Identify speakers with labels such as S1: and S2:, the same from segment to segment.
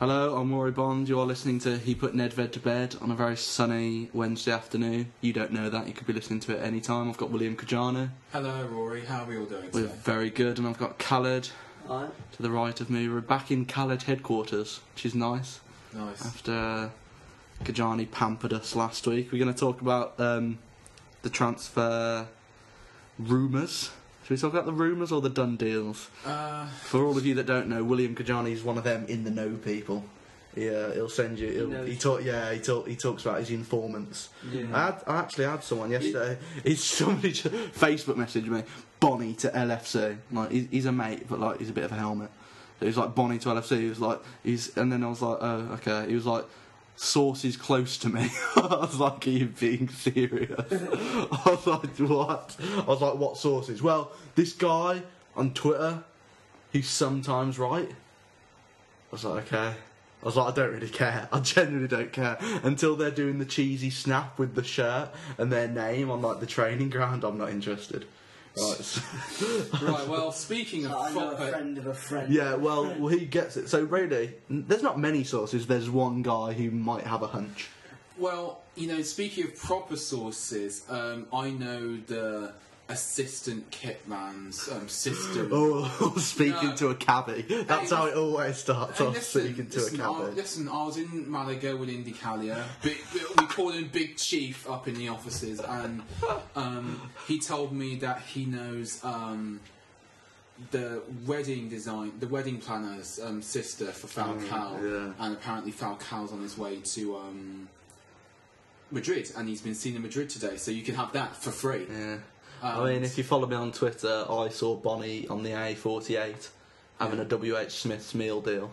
S1: Hello, I'm Rory Bond. You're listening to He Put Nedved to Bed on a very sunny Wednesday afternoon. You don't know that. You could be listening to it any time. I've got William Kajana.
S2: Hello, Rory. How are we all doing
S1: We're
S2: today?
S1: very good. And I've got Khaled
S3: Alright.
S1: to the right of me. We're back in Khaled headquarters, which is nice.
S2: Nice.
S1: After Kajani pampered us last week, we're going to talk about um, the transfer rumours. Should we talk about the rumours or the done deals?
S2: Uh,
S1: For all of you that don't know, William Kajani is one of them in the know people. Yeah, he'll send you. He'll,
S3: knows.
S1: he talk. Yeah, he talk. He talks about his informants.
S3: Yeah.
S1: I, had, I actually had someone yesterday. It's somebody just Facebook messaged me Bonnie to LFC. Like he's, he's a mate, but like he's a bit of a helmet. So he's like Bonnie to LFC. He was like he's, and then I was like, oh okay. He was like. Source is close to me. I was like, Are you being serious? I was like, What? I was like, What sources? Well, this guy on Twitter, he's sometimes right. I was like, okay. I was like, I don't really care. I genuinely don't care. Until they're doing the cheesy snap with the shirt and their name on like the training ground, I'm not interested. Right. so-
S2: right. Well, speaking of
S3: I know a
S2: football,
S3: friend of a friend.
S1: yeah, well, well, he gets it. So really, n- there's not many sources. There's one guy who might have a hunch.
S2: well, you know, speaking of proper sources, um, I know the assistant kit man's um, sister.
S1: Oh, speaking
S2: No.
S1: to a cabbie. That's how it always starts
S2: Hey,
S1: off, speaking to
S2: listen,
S1: a
S2: I,
S1: cabbie.
S2: listen, I was in Malaga with Indicalia. Big, we called him Big Chief up in the offices, and um, he told me that he knows um, the wedding design, the wedding planner's um, sister for Falcao,
S1: Mm, yeah.
S2: and apparently Falcao's on his way to. Um, Madrid, and he's been seen in Madrid today, so you can have that for free.
S1: Yeah. Oh,
S2: Um,
S1: I mean, if you follow me on Twitter, I saw Bonnie on the A48 having a WH Smith's meal deal.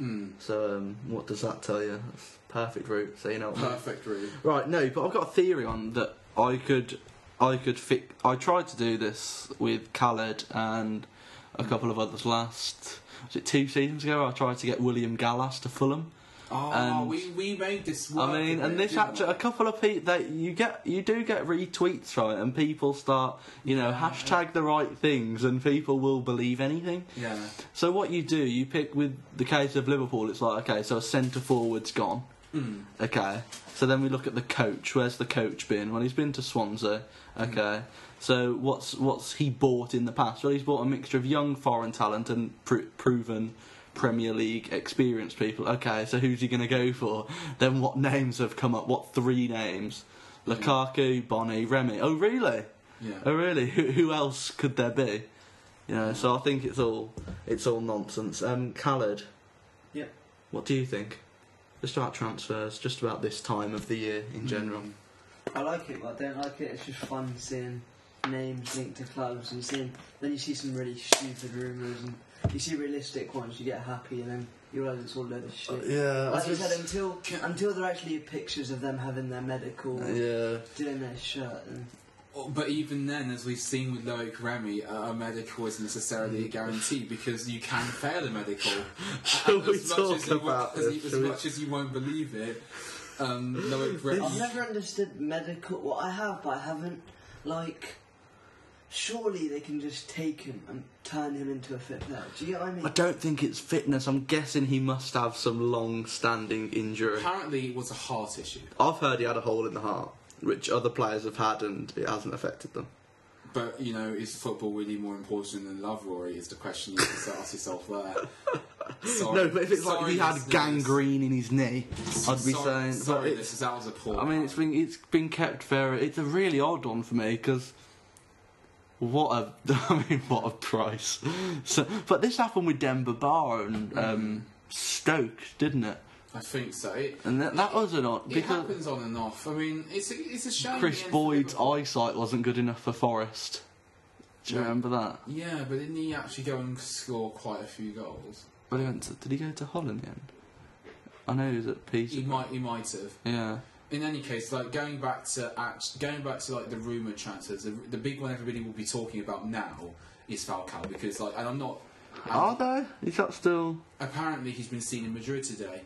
S2: mm,
S1: So, um, what does that tell you? That's perfect route. So you know. What I mean.
S2: perfect, really.
S1: Right, no, but I've got a theory on that. I could, I could fix. I tried to do this with Khaled and a couple of others last. Was it two seasons ago? I tried to get William Gallas to Fulham.
S2: Oh,
S1: And-
S2: we, we made this work.
S1: I mean, and
S2: really,
S1: this
S2: didn't
S1: actually,
S2: we?
S1: a couple of people that you get, you do get retweets from it, and people start, you know, hashtag the right things, and people will believe anything.
S2: Yeah.
S1: So what you do, you pick with the case of Liverpool. It's like okay, so a centre forward's gone.
S2: Mm.
S1: Okay, so then we look at the coach. Where's the coach been? Well, he's been to Swansea. Okay, so what's what's he bought in the past? Well, he's bought a mixture of young foreign talent and pr- proven Premier League experienced people. Okay, so who's he going to go for? Then what names have come up? What three names? Lukaku, Bonnie, Remy. Oh really?
S2: Yeah.
S1: Oh really? Who, who else could there be? You know, so I think it's all it's all nonsense. Um, Khaled,
S3: Yeah.
S1: what do you think? Just about transfers, just about this time of the year
S2: Hmm.
S1: in general.
S3: I like it, but I don't like it. It's just fun seeing names linked to clubs and seeing. Then you see some really stupid rumours and you see realistic ones, you get happy, and then you realise it's all a load of
S2: Uh,
S3: shit.
S1: Yeah,
S3: Like you said, until until there are actually pictures of them having their medical,
S2: uh,
S1: yeah.
S3: doing their shirt, and
S2: Oh, But even then, as we've seen with Loic Remy, uh, a medical isn't necessarily a
S1: Mm.
S2: guarantee because you can fail a medical.
S1: Shall
S2: as
S1: we
S2: much
S1: talk
S2: as you won't-
S1: about
S2: as,
S1: this?
S2: you- as
S1: Shall we-
S2: much as you won't believe it, um, Loic Remy.
S3: I've never understood medical. Well, I have, but I haven't. Like, surely they can just take him and turn him into a fit player. Do you get what I mean?
S1: I don't think it's fitness. I'm guessing he must have some long-standing injury.
S2: Apparently, it was a heart issue,
S1: I've heard he had a hole in the heart, which other players have had, and it hasn't affected them.
S2: but you know, is football really more important than love, Rory? Is the question you have to ask yourself there. Sorry.
S1: No, but if it's like
S2: Sorry,
S1: he had
S2: listeners.
S1: gangrene in his knee, I'd be
S2: sorry,
S1: saying.
S2: sorry,
S1: but it's-
S2: listeners, that was a poor.
S1: I mean, it's been it's been kept very. It's a really odd one for me because what a I mean what a price. So, but this happened with Denver Bar and um, Stoke, didn't it?
S2: I think so. It,
S1: And that, that was an odd
S2: it
S1: because
S2: happens on and off. I mean, it's a, it's a shame.
S1: Chris
S2: in the end for
S1: Boyd's
S2: Liverpool.
S1: eyesight wasn't good enough for Forest. Do you
S2: Yeah.
S1: remember that?
S2: Yeah, but didn't he actually go and score quite a few goals?
S1: But he went to, did he go to Hull in the end? I know he was at Peter.
S2: He might, he might have.
S1: Yeah.
S2: In any case, like going back to act, going back to like the rumor transfers, the, the big one everybody will be talking about now is Falcao because like, and I'm not. and
S1: Are they? Is that still?
S2: apparently, he's been seen in Madrid today,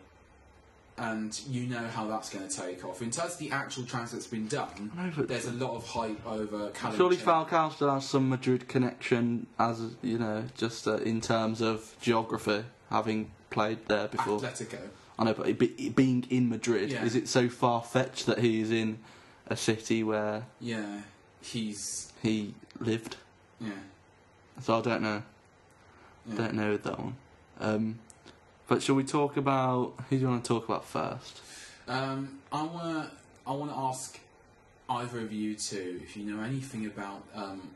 S2: and you know how that's going to take off. In terms of the actual transfer that's been done,
S1: No, but-
S2: there's a lot of hype over. Callum
S1: Surely
S2: Chang-
S1: Falcao still has some Madrid connection, as you know, just uh, in terms of geography. having played there before.
S2: Atletico.
S1: I know, but be, being in Madrid,
S2: Yeah.
S1: is it so far fetched that he is in a city where
S2: Yeah, he's
S1: he lived?
S2: yeah.
S1: So I don't know.
S2: yeah.
S1: Don't know with that one. Um, but shall we talk about who do you want to talk about first?
S2: Um, I want I want to ask either of you two if you know anything about um,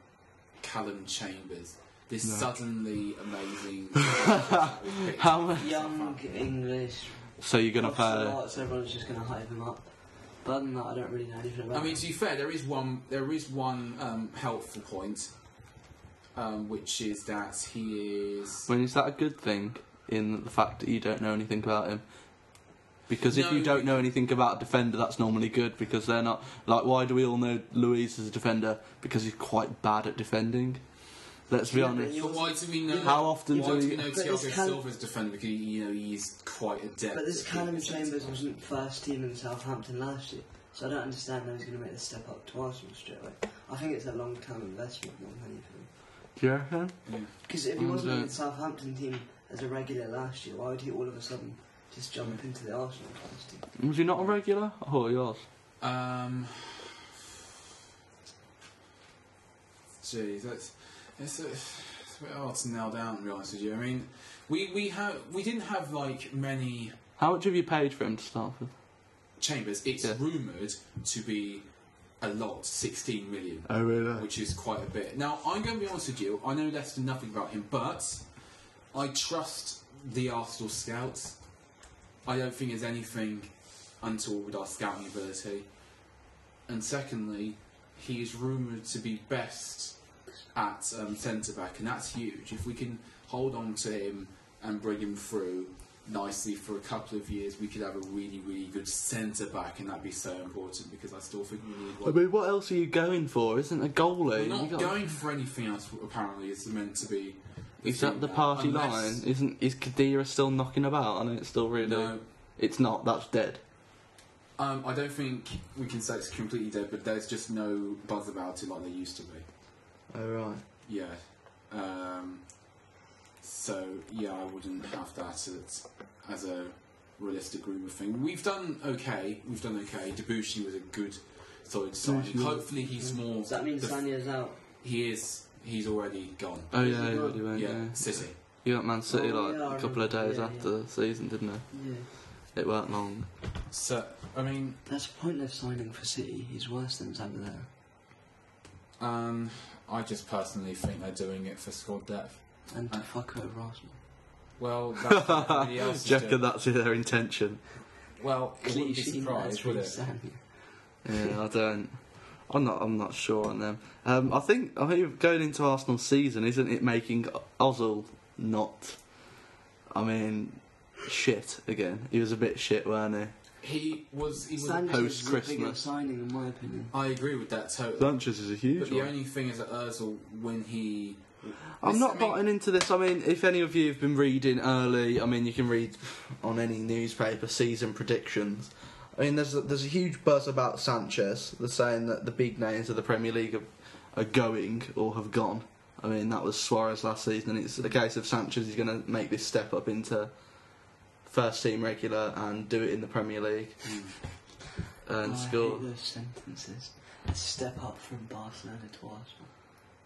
S2: Callum Chambers, this
S1: No.
S2: suddenly amazing. How
S1: How ma-
S3: Young English.
S1: So you're gonna
S3: Oxford
S1: play?
S3: Arts, everyone's just going to hype him up. But other than that, I don't really know anything about
S2: I mean,
S3: him.
S2: to be fair, there is one there is one um, helpful point, um, which is that he is.
S1: I mean, is that a good thing in the fact that you don't know anything about him? Because if
S2: No,
S1: you
S2: it-
S1: don't know anything about a defender, that's normally good because they're not like. Why do we all know Luis is a defender? Because he's quite bad at defending. Let's be
S3: Yeah, but
S1: honest.
S3: you-
S2: But why do we know?
S1: How often
S2: why
S1: do
S2: do
S1: we-
S2: we know
S3: But this
S2: Thiago
S3: Cal-
S2: Silva's defender? Because you know he's quite adept.
S3: But this
S2: at
S3: Callum
S2: being a
S3: Chambers wasn't first team in Southampton last year, so I don't understand how he's going to make the step up to Arsenal straight away. I think it's a long term investment more than anything.
S1: Do you reckon?
S3: Because if he
S1: Mm,
S3: wasn't in
S1: so-
S3: the Southampton team as a regular last year, why would he all of a sudden just
S2: Mm.
S3: jump into the Arsenal first team?
S1: Was Mm, he not a regular? Oh, yours.
S2: Um. Geez, that's it's a, it's a bit hard to nail down. To be honest with you, I mean, we we have we didn't have like many
S1: How much have you paid for him to start with?
S2: chambers. It's
S1: Yeah.
S2: rumored to be a lot, sixteen million,
S1: Oh, really?
S2: which is quite a bit. Now, I'm going to be honest with you. I know less than nothing about him, but I trust the Arsenal scouts. I don't think there's anything untoward with our scouting ability. And secondly, he is rumoured to be best at um, centre back, and that's huge. If we can hold on to him and bring him through nicely for a couple of years, we could have a really, really good centre back, and that'd be so important because I still think we need
S1: I
S2: one.
S1: mean, what else are you going for? Isn't a goalie?
S2: We're
S1: You
S2: not
S1: got-
S2: going for anything else. Apparently, it's meant to be.
S1: Is that
S2: thing
S1: the
S2: now,
S1: party
S2: unless-
S1: line? Isn't is Kadira still knocking about? I know it's still really.
S2: No,
S1: It's not. That's dead.
S2: um, I don't think we can say it's completely dead, but there's just no buzz about it like there used to be.
S1: Oh right.
S2: Yeah. Um, so yeah, I wouldn't have that as, as a realistic rumor thing. We've done okay. We've done okay. Debussy was a good, solid signing.
S1: Debussy was-
S2: Hopefully, he's more.
S3: Does that mean
S2: the-
S3: Sanya's out?
S2: he is. He's already gone.
S1: Oh
S3: Is
S1: yeah,
S3: it
S1: you
S3: not?
S1: already went.
S2: yeah,
S1: Yeah.
S2: City.
S1: You went Man City
S3: Oh,
S1: like
S3: yeah, I
S1: a couple of
S3: remember.
S1: days
S3: Yeah,
S1: after the season, didn't it?
S3: Yeah.
S1: It weren't long.
S2: So I mean,
S3: That's a pointless signing for City. He's worse than Zabala.
S2: um, I just personally think they're doing it for squad depth.
S3: And to fuck over Arsenal.
S2: Well, that's what everybody else is
S1: Do you reckon
S2: doing.
S1: that's their intention?
S2: Well, it wouldn't be
S3: Clichy,
S2: surprised,
S3: that's
S2: would
S3: really
S2: it?
S3: Sanya.
S1: Yeah, I don't. I'm not. I'm not sure on them. Um, I think. I think going into Arsenal season, isn't it making Ozil not? I mean, shit again. He was a bit shit, weren't he?
S2: He was. He was.
S3: Sanchez is a bigger
S1: Post-Christmas.
S3: signing, in my opinion.
S2: I agree with that totally.
S1: Sanchez is a huge
S2: But the only thing is that Özil, when he,
S1: I'm
S2: This-
S1: not
S2: I mean-
S1: buying into this. I mean, if any of you have been reading early, I mean, you can read on any newspaper season predictions. I mean, there's a, there's a huge buzz about Sanchez. They're saying that the big names of the Premier League are, are going or have gone. I mean, that was Suarez last season. It's a case of Sanchez is going to make this step up into first team regular and do it in the Premier League and
S3: Oh, I
S1: score.
S3: hate those sentences. A step up from Barcelona to Arsenal.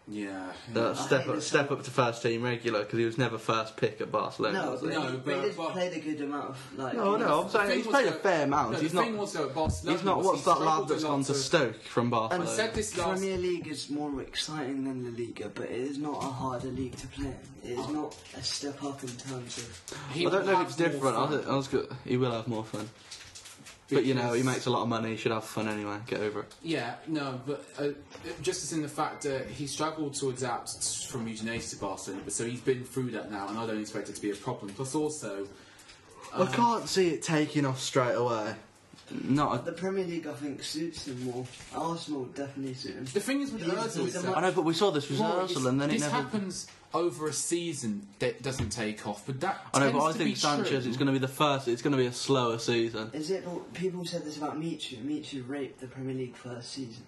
S2: yeah,
S1: Uh,
S3: I
S1: step
S3: hate
S1: up,
S3: this
S1: step
S3: whole-
S1: up to first team regular because he was never first pick at Barcelona.
S3: No,
S1: was he?
S3: but,
S2: No,
S3: no,
S2: but-
S3: but he's
S2: but-
S3: played a good amount of like.
S1: No, no, I'm
S2: The
S1: saying
S2: thing
S1: he's
S2: was
S1: played a
S2: that-
S1: fair amount.
S2: No,
S1: he's
S2: the
S1: not.
S2: thing was though, at Barcelona,
S1: he's not.
S2: was
S1: What's
S2: he
S1: that lad
S2: struggled
S1: that's
S2: a
S1: gone
S2: lot
S1: to
S2: of-
S1: Stoke from
S2: I
S1: Barcelona?
S2: said this last.
S3: Premier League is more exciting than La Liga, but it is not a harder league to play. in. It is not a step up in terms of.
S2: he
S1: I don't
S2: will
S1: know
S2: have
S1: if it's
S2: more
S1: different. I,
S2: fun
S1: think- I was good. He will have more fun, but you know he
S2: because-
S1: makes a lot of money. He should have fun anyway. Get over it.
S2: Yeah, no, but uh, just as in the fact that he struggled to adapt from Udinese to Barcelona, but so he's been through that now, and I don't expect it to be a problem. Plus, also, um,
S1: I can't see it taking off straight away. Not.
S3: The Premier League, I think, suits him more. Arsenal definitely suit him.
S2: the thing is with
S3: He's-
S2: Özil
S3: he's
S2: is
S3: a
S2: that-
S1: A, I know, but we saw this with
S2: Well,
S1: Arsenal,
S2: it's-
S1: and then it
S2: this
S1: never.
S2: happens over a season that doesn't take off, but that
S1: I know, but I
S2: tends to be
S1: think Sanchez.
S2: true.
S1: It's going to be the first. It's going to be a slower season.
S3: Is it not, people said this about Michu? Michu raped the Premier League first season.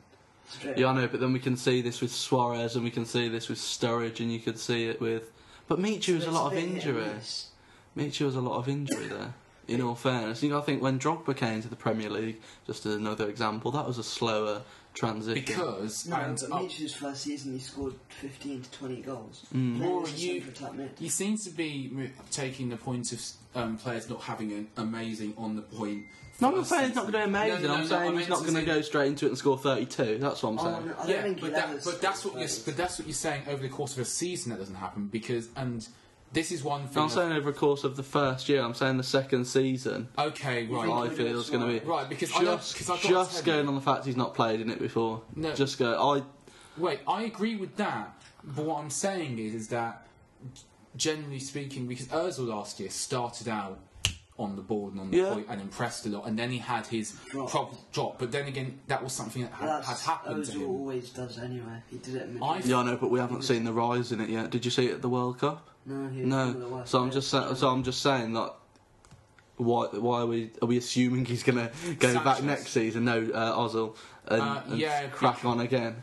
S3: Straight
S1: Yeah, I know, but then we can see this with Suarez, and we can see this with Sturridge, and you could see it with. But Michu was a
S3: It's
S1: lot of
S3: bit hit and
S1: injury.
S3: miss.
S1: Mitchell has a lot of injury there. In all fairness, you know, I think when Drogba came to the Premier League, just as another example, that was a slower transition.
S2: Because
S3: No,
S2: and
S3: but
S2: uh,
S3: Mitchell's first season he scored 15 to 20 goals.
S1: Mm.
S3: Playing
S2: Well,
S3: as a
S2: you-
S3: central attack mid.
S2: he seems to be mo- taking the point of um, players not having an amazing on the point.
S1: No, I'm not
S2: first
S1: saying he's not
S2: season.
S1: going to be amazing.
S2: No, no, no,
S1: I'm
S2: no,
S1: saying
S2: I
S1: he's
S2: meant
S1: not
S2: to
S1: going to
S2: say-
S1: go straight into it and score 32. That's what I'm
S3: Oh,
S1: saying.
S3: no, I don't
S2: Yeah,
S3: think
S2: but,
S3: he'll ever
S2: that,
S3: score
S2: but that's what you're,
S3: 30.
S2: but that's what you're saying over the course of a season that doesn't happen because and this is one
S1: No,
S2: thing.
S1: I'm saying over the course of the first year. I'm saying the second season.
S2: okay, right,
S1: I feel it's going to be
S2: right, because I don't-
S1: just,
S2: 'cause I've got
S1: just
S2: to tell you-
S1: going on the fact he's not played in it before.
S2: No.
S1: Just go. I
S2: Wait, I agree with that, but what I'm saying is, is that generally speaking, because Özil last year started out on the board and on the
S1: Yeah.
S2: point and impressed a lot, and then he had his
S3: Drop.
S2: prob- drop. But then again, that was something that had,
S3: That's
S2: had happened to
S3: Ozil
S2: him.
S3: always does anyway. He did it at
S2: I
S3: Madrid.
S1: yeah, I know, but we haven't seen the rise in it yet. Did you see it at the World Cup?
S3: No, he was one of the
S1: No.
S3: worst
S1: So I'm
S3: players.
S1: just sa- so I'm just saying that. Why, why are we are we assuming he's gonna go back
S2: Sanchez.
S1: next season? No, uh, Ozil and,
S2: Uh,
S1: and
S2: yeah,
S1: crack
S2: because-
S1: on again.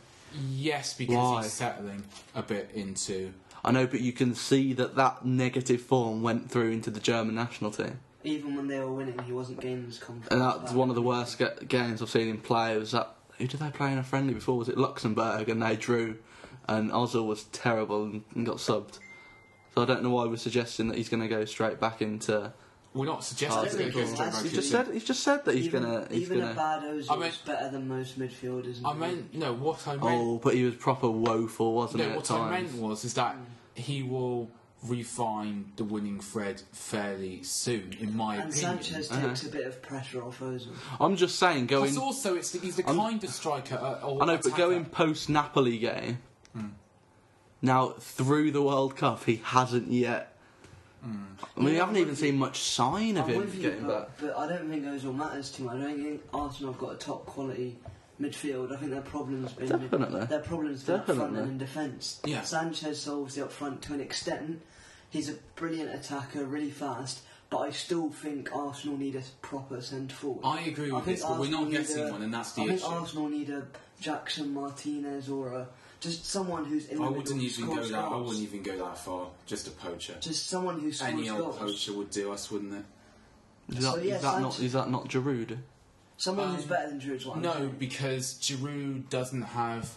S2: yes, because
S1: Why?
S2: he's settling a bit into.
S1: I know, but you can see that that negative form went through into the German national team,
S3: Even when they were winning, he wasn't gaining his confidence.
S1: and that's one of the worst ga- games I've seen him play. Was that who did they play in a friendly before? Was it Luxembourg? And they drew, and Ozil was terrible and, and got subbed. So I don't know why we're suggesting that he's going to go straight back into.
S2: We're not suggesting
S1: Oh,
S2: it's going to go
S3: that's
S2: straight
S3: cool.
S2: back
S1: He's
S2: to
S1: just
S2: the-
S1: said he's just said that he's
S3: even,
S1: gonna he's
S3: even
S1: gonna.
S3: a bad Ozil
S2: I mean-
S3: is better than most midfielders. in
S2: I
S3: the league.
S2: meant no. What I meant.
S1: Oh, but he was proper woeful, wasn't
S2: No,
S1: it?
S2: what
S1: at times?
S2: I meant was is that
S3: Mm.
S2: he will refine the winning thread fairly soon, in my
S3: And
S2: opinion.
S3: Sanchez
S1: Uh-huh.
S3: takes a bit of pressure off Ozil.
S1: I'm just saying going.
S2: Plus, also, it's the, he's the kind of striker. Uh, or
S1: I know, but
S2: attacker.
S1: going post Napoli game.
S3: Hmm.
S1: Now through the World Cup, he hasn't yet. I mean, we
S3: Hmm. Yeah,
S1: haven't
S3: I'm
S1: even
S3: with
S1: seen much sign of
S3: I'm
S1: him
S3: with you,
S1: getting back.
S3: but, but I don't think Ozil matters too much. I don't think Arsenal have got a top quality midfield. I think their problem's been
S1: Definitely.
S3: their problem's been up front
S1: Definitely.
S3: and in defence.
S2: Yeah.
S3: Sanchez solves the up front to an extent. He's a brilliant attacker, really fast. But I still think Arsenal need a proper centre forward.
S2: I agree with
S3: think
S2: this, but we're not
S3: Arsenal need
S2: getting
S3: a-
S2: one, and that's the
S3: I think
S2: issue.
S3: Arsenal need a Jackson Martinez or a just someone who's in
S2: I
S3: the
S2: wouldn't
S3: middle,
S2: even go
S3: scores
S2: that. I
S3: goals.
S2: wouldn't even go that far. Just a poacher.
S3: Just someone who scores
S2: Any old
S3: goals.
S2: poacher would do us, wouldn't it?
S1: Is that,
S3: So, yeah,
S1: is that not
S3: Sanchez-
S1: is that not Giroud?
S3: Someone who's
S2: Um,
S3: better than Giroud's one.
S2: No, because Giroud doesn't have.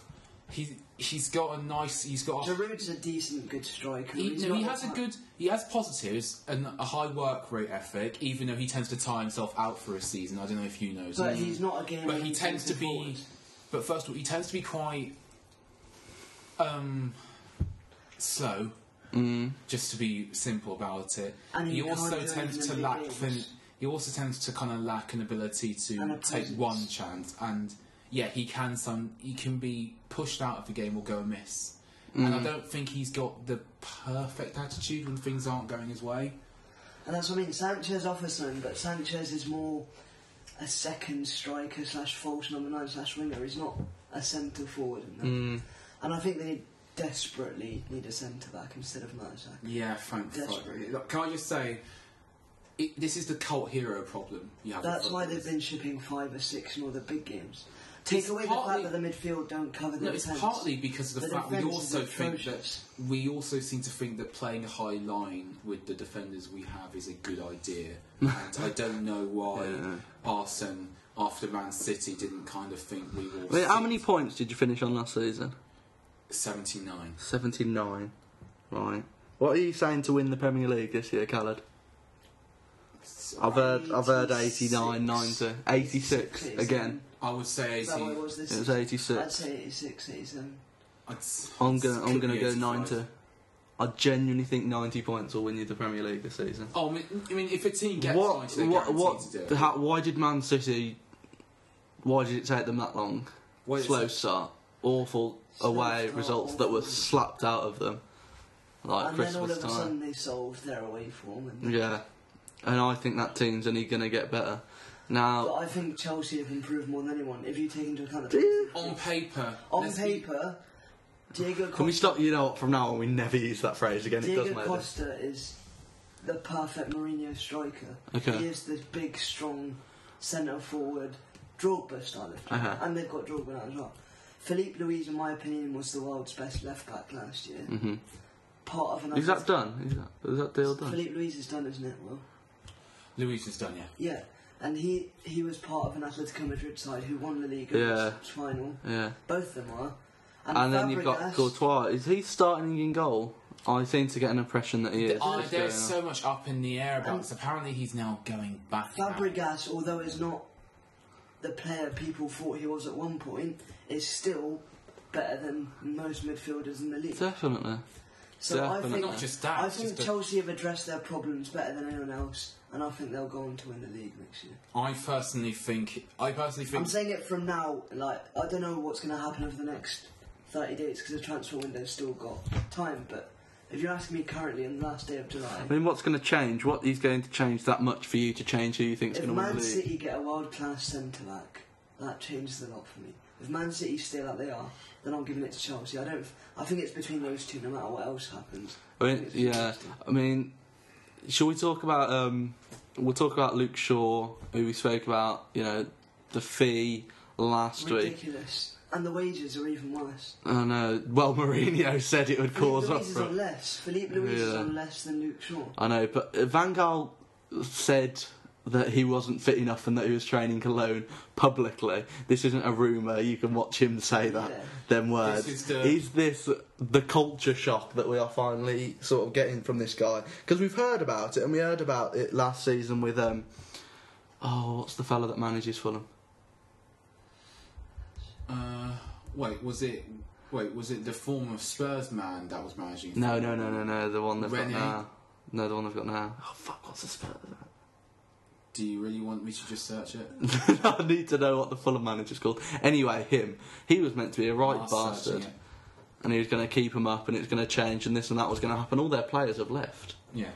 S2: He he's got a nice. He's got. A,
S3: Giroud's a decent, good striker.
S2: he,
S3: He's
S2: no, he
S3: not
S2: has a
S3: that-
S2: good. He has positives and a high work rate ethic. Even though he tends to tire himself out for a season. I don't know if you know. Mm.
S3: But he's not a game.
S2: but he tends to be. But first of all, he tends to be quite um, slow. Just to be simple about it,
S3: And
S2: he
S3: he
S2: also
S3: can't do
S2: tends to
S3: anything
S2: lack.
S3: big.
S2: Fin- he also tends to kind of lack an ability
S3: And a
S2: to take
S3: presence.
S2: one chance, and yeah, he can some. He can be pushed out of the game or go amiss. And I don't think he's got the perfect attitude when things aren't going his way.
S3: And that's what I mean. Sanchez offers something, but Sanchez is more a second striker slash false number nine slash winger. He's not a centre forward. In that.
S1: Hmm.
S3: And I think they desperately need a centre back instead of an attack.
S2: Yeah, thank fuck.
S3: Desperate.
S2: Look, Can I just say, it, this is the cult hero problem you have. with
S3: That's why
S2: football.
S3: they've been shipping five or six in all the big games. Take
S2: It's
S3: away
S2: partly-
S3: the fact that the midfield don't cover the
S2: No, it's
S3: defence.
S2: partly because of the,
S3: The
S2: fact we
S3: defence
S2: also
S3: is
S2: think that
S3: atrocious.
S2: we also seem to think that playing a high line with the defenders we have is a good idea, and I don't know why
S1: Yeah.
S2: Arsene after Man City didn't kind of think we were.
S1: I mean, how many points did you finish on last season?
S2: Seventy nine.
S1: Seventy nine. Right. What are you saying to win the Premier League this year, Khaled? I've heard I've heard 89, 90, 86 again.
S2: I would say
S3: Is that what
S2: eighty.
S3: it was this
S1: It was
S3: season?
S1: eighty
S3: I'd
S1: six.
S3: say 86, 87.
S2: I'd,
S1: I'm gonna I'm gonna go ninety.
S2: ninety.
S1: I genuinely think ninety points will win you the Premier League this season.
S2: Oh, I mean, I mean, if a team gets
S1: what,
S2: ninety, they're
S1: what,
S2: guaranteed
S1: what,
S2: to do it.
S1: how, why did Man City, why did it take them that long?
S2: Well, it's-
S1: Slow start, awful
S3: Slow
S1: away
S3: start,
S1: results that were
S3: awful.
S1: slapped out of them, like
S3: and then all
S1: Christmas
S3: of a
S1: time.
S3: sudden they solved their away form. And,
S1: Yeah, and I think that team's only going to get better.
S3: But
S1: Now,
S3: I think Chelsea have improved more than anyone. If you take into account
S1: Do
S3: the
S1: you?
S2: on paper,
S3: on
S2: let's be-
S3: paper, Diego Costa,
S1: can we stop? You know, what, from now on, we never use that phrase again. It does
S3: Diego
S1: matter.
S3: Costa is the perfect Mourinho striker.
S1: Okay.
S3: He is this big, strong centre forward, Drogba style of player,
S1: Uh-huh.
S3: and they've got Drogba now as well. Philippe Louise, in my opinion, was the world's best left back last year.
S1: Mhm.
S3: part of an.
S1: Is that
S3: office.
S1: done? Is that, is that deal done?
S3: Philippe Luis is done, isn't it? Well,
S2: Luis is done, yeah.
S3: yeah, and he he was part of an Atletico Madrid side who won the league
S1: Yeah.
S3: final.
S1: Yeah.
S3: Both of them are.
S1: And then you've got
S3: Fabregas-
S1: Courtois. Is he starting in goal? I seem to get an impression that he is.
S2: Uh,
S1: What's
S2: there's
S1: going on? Um,
S2: so much up in the air about this. Apparently, he's now going back. now.
S3: Fabregas, although is not the player people thought he was at one point, is still better than most midfielders in the league.
S1: Definitely.
S3: So I
S1: definitely.
S3: think
S2: Not just that.
S3: I
S2: it's
S3: think
S2: just a-
S3: Chelsea have addressed their problems better than anyone else, and I think they'll go on to win the league next year.
S2: I personally think. I personally
S3: I'm
S2: think.
S3: saying it from now. Like I don't know what's going to happen over the next 30 days because the transfer window's still got time. But if you're asking me currently, on the last day of July,
S1: I mean, what's going to change? What is going to change that much for you to change who you think's
S3: if
S1: going to win
S3: Man
S1: the league?
S3: City get a world class centre back, that changes a lot for me. If Man City stay like they are, then I'm giving it to Chelsea. I don't. I think it's between those two, no matter what else happens.
S1: I mean,
S3: It's
S1: yeah.
S3: interesting.
S1: I mean, shall we talk about? Um, we'll talk about Luke Shaw, who we spoke about. You know, the fee last week.
S3: ridiculous, and the wages are even worse.
S1: I know. Well, Mourinho said it would cause
S3: Philippe
S1: up.
S3: Luis is on less. Philippe Luis is
S1: Yeah.
S3: on less than Luke Shaw.
S1: I know, but uh, Van Gaal said that he wasn't fit enough and that he was training alone publicly. This isn't a rumor. You can watch him say that.
S3: Yeah.
S1: Them words.
S2: is
S1: Is,
S2: the-
S1: this the culture shock that we are finally sort of getting from this guy? Because we've heard about it and we heard about it last season with um. Oh, what's the fella that manages Fulham?
S2: Uh, wait, was it? Wait, was it the former Spurs man that was managing?
S1: No, no, no, no, no. The one they've
S2: Rene.
S1: got now. No, the one they've got now. Oh fuck! What's the spell?
S2: Do you really want me to just search it?
S1: I need to know what the Fulham manager's called. Anyway, him. He was meant to be a right
S2: I'll Ah,
S1: bastard.
S2: search Oh, it.
S1: And he was going to keep him up and it was going to change and this and that was going to happen. All their players have left.
S2: Yeah.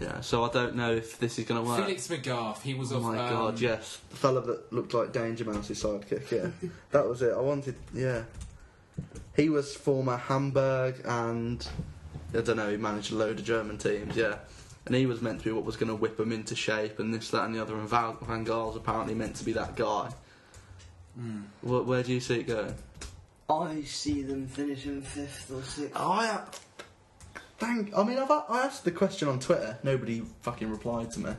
S1: Yeah, so I don't know if this is going to work.
S2: Felix McGarth. He was
S1: oh
S2: of.
S1: my
S2: um,
S1: god, yes. The fella that looked like Danger Mouse's sidekick, yeah. that was it. I wanted, yeah. He was former Hamburg and, I don't know, he managed a load of German teams, yeah. And he was meant to be what was going to whip them into shape and this, that, and the other. And Val- Van Gaal's apparently meant to be that guy.
S2: Mm.
S1: Where, where do you see it going?
S3: I see them finishing fifth or sixth.
S1: I thank. I mean, I've, I asked the question on Twitter. Nobody fucking replied to me.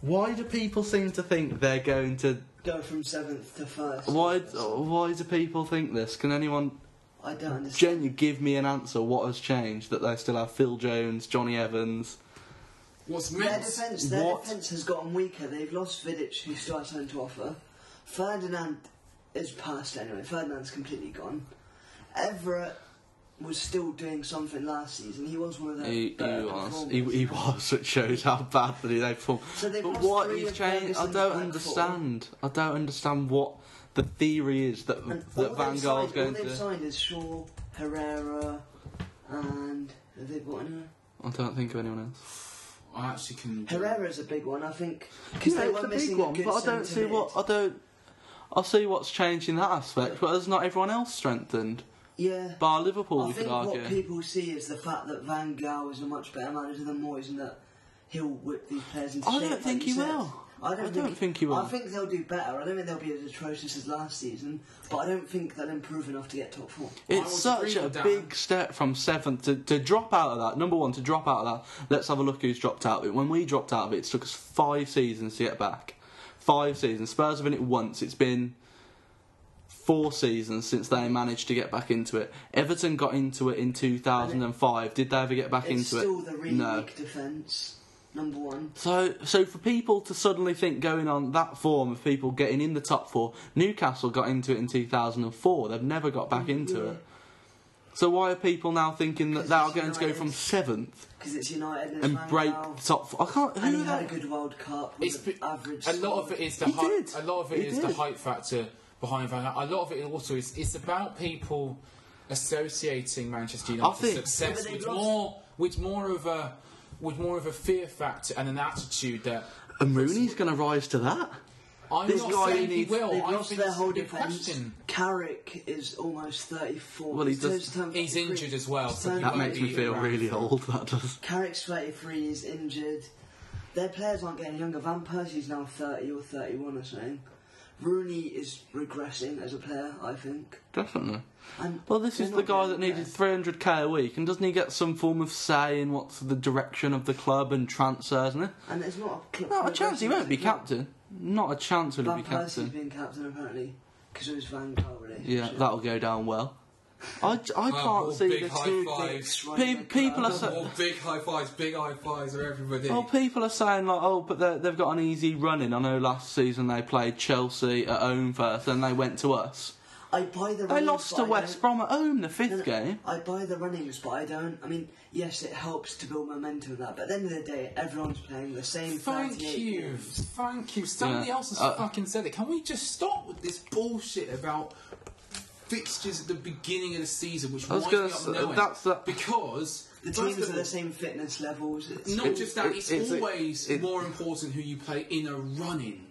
S1: Why do people seem to think they're going to?
S3: Go from seventh to first.
S1: Why? Why do people think this? Can anyone
S3: I don't understand.
S1: genuinely give me an answer? What has changed that they still have Phil Jones, Johnny Evans?
S2: What's
S3: their
S2: meant?
S3: defence, their
S1: What?
S3: defence has gotten weaker. They've lost Vidic, who still has something to offer. Ferdinand is past anyway. Ferdinand's completely gone. Everett was still doing something last season. He was one of their
S1: He, he
S3: better
S1: was. He,
S3: performers.
S1: he was. It shows how badly they performed.
S3: So they've
S1: but
S3: lost
S1: what
S3: three
S1: is
S3: of
S1: changed? I
S3: Ferguson's
S1: don't
S3: back
S1: understand. I don't understand what the theory is that
S3: And all
S1: that Van Gaal's
S3: they've signed-
S1: going
S3: All
S1: to.
S3: they've signed is Shaw, Herrera, and have they got anyone?
S1: I don't think of anyone else.
S2: I actually can.
S3: Herrera's a big one, I think, because
S1: Yeah,
S3: they
S1: it's
S3: were
S1: a
S3: missing
S1: big one,
S3: a good
S1: but I don't see
S3: centre
S1: what
S3: mid.
S1: I don't. I see what's changed in that aspect, but there's not everyone else strengthened.
S3: Yeah.
S1: Bar Liverpool,
S3: I
S1: we could
S3: think what
S1: argue.
S3: people see is the fact that Van Gaal is a much better manager than Moyes, and that he'll whip these players into
S1: I
S3: shape.
S1: don't
S3: like
S1: think
S3: you
S1: he
S3: said.
S1: will.
S3: I
S1: I
S3: don't,
S1: don't think he will.
S3: I think they'll do better. I don't think they'll be as atrocious as last season, but I don't think they'll improve enough to get top four.
S2: I
S1: it's
S2: would
S1: such
S2: agree
S1: a
S2: with that.
S1: big step from seventh to, to drop out of that. Number one, to drop out of that. Let's have a look who's dropped out of it. When we dropped out of it, it took us five seasons to get back. Five seasons. Spurs have been it once. It's been four seasons since they managed to get back into it. Everton got into it in 2005. Did they ever get back
S3: it's
S1: into
S3: still
S1: it?
S3: the really
S1: no.
S3: weak defence, number one.
S1: So, so for people to suddenly think going on that form of people getting in the top four, Newcastle got into it in 2004. They've never got back into
S3: Mm, Yeah.
S1: it. So why are people now thinking that they are
S3: Because
S1: going to go
S3: United-
S1: from seventh
S3: Because it's United and,
S1: and
S3: Van
S1: break
S3: Gaal,
S1: the top four? I can't.
S3: and
S1: Who
S3: he
S1: are
S3: had a
S1: they?
S3: good World Cup.
S2: It's
S3: With an
S2: be-
S3: average.
S2: a lot of
S3: squad.
S2: it is the
S1: He
S2: hype.
S1: did.
S2: A lot of it
S1: He
S2: is the
S1: did.
S2: hype factor behind Van. Gaal. A lot of it also is it's about people associating Manchester United's
S1: think-
S3: Yeah, but
S2: success
S3: they've
S2: with
S3: lost-
S2: more with more of a with more of a fear factor and an attitude that
S1: And Rooney's going to rise to that.
S2: I'm
S1: This
S2: not
S1: guy
S2: saying he
S1: needs-
S2: will.
S3: They've
S2: I
S3: lost
S2: think
S3: their
S2: it's a
S3: whole
S2: good
S3: defence.
S2: question.
S3: Carrick is almost 34.
S1: Well, he
S3: His
S1: does-
S3: turned
S2: He's
S3: 33.
S2: injured as well,
S3: His
S2: so
S3: turned
S2: he
S1: That
S2: Well,
S1: makes me
S2: he-
S1: feel
S2: right.
S1: really old. That does.
S3: Carrick's 33, he's injured. Their players aren't getting younger. Van Persie's now 30 or 31 or something. Rooney is regressing as a player, I think.
S1: Definitely.
S3: And
S1: Well, this
S3: they're
S1: is the
S3: not
S1: guy that
S3: getting
S1: needed
S3: best.
S1: 300k a week, and doesn't he get some form of say in what's the direction of the club and transfers? And it?
S3: And there's not a, cl-
S1: Not a chance. He won't be
S3: progression.
S1: captain. Not a chance will he
S3: Van
S1: be
S3: Persie's
S1: captain.
S3: been captain apparently because of his Van Gaal relationship.
S1: Yeah, that'll go down well. I, I
S2: Oh,
S1: can't
S2: well,
S1: see
S2: big
S1: this.
S2: high
S3: Two
S2: five.
S3: dicks
S1: Pe-
S3: running
S1: people are
S3: around.
S1: so-
S2: Or big high fives, big high fives are everybody.
S1: Oh, people are saying like, oh, but they- they've got an easy running. I know last season they played Chelsea at home first, and they went to us.
S3: I buy
S1: They
S3: the. runnings,
S1: lost
S3: but
S1: to
S3: I
S1: West
S3: don't-
S1: Brom at home the
S3: No,
S1: fifth
S3: no,
S1: game.
S3: I buy the runnings, but I don't. I mean, yes, it helps to build momentum and that. But at the end of the day, everyone's playing the same.
S2: Thank
S3: 38
S2: you,
S3: games.
S2: thank you. Somebody
S1: Yeah.
S2: else has
S1: Uh,
S2: fucking said it. Can we just stop with this bullshit about fixtures at the beginning of the season, which
S1: I was
S2: winds me
S1: gonna
S2: up
S1: say,
S2: no end?
S1: that's the-
S2: because
S3: The
S2: first
S3: teams
S2: of
S3: are
S2: all-
S3: the same fitness levels. It's,
S2: Not
S1: It's-
S2: just that,
S1: it's-
S2: it's,
S1: it's a-
S2: always
S1: it-
S2: more important who you play in a running.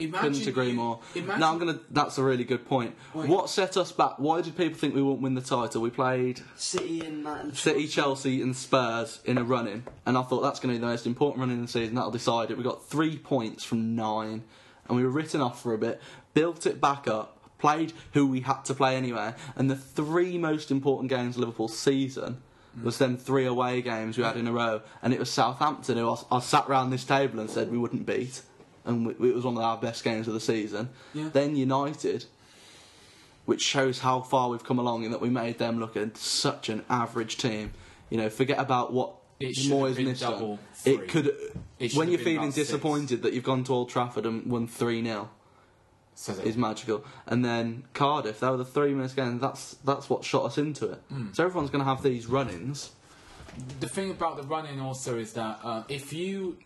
S2: Imagine
S1: Couldn't agree
S2: you-
S1: more.
S2: Imagine,
S1: Now I'm gonna. That's a really good point.
S2: Wait.
S1: What set us back? Why did people think we wouldn't win the title? We played
S3: City and Man.
S1: City, Chelsea, and Spurs in a run-in, and I thought that's going to be the most important run-in of the season. That'll decide it. We got three points from nine, and we were written off for a bit. Built it back up. Played who we had to play anyway, and the three most important games of Liverpool's season was them three away games we had in a row, and it was Southampton who I, I sat round this table and said we wouldn't beat, and we, it was one of our best games of the season.
S2: Yeah.
S1: Then United, which shows how far we've come along in that we made them look at such an average team. You know, forget about what
S2: It should
S1: Moyes
S2: have been
S1: missed on.
S2: double, three.
S1: It could,
S2: It should
S1: when
S2: have
S1: you're
S2: been
S1: feeling
S2: about six.
S1: disappointed that you've gone to Old Trafford and won three 0
S2: So that-
S1: is magical. And then Cardiff, they were the three minutes game. That's that's what shot us into it.
S2: Hmm.
S1: So everyone's going to have these run-ins.
S2: the thing about the running also is that uh, if you,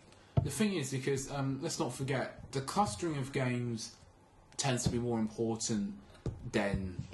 S2: the thing is because um, let's not forget the clustering of games tends to be more important than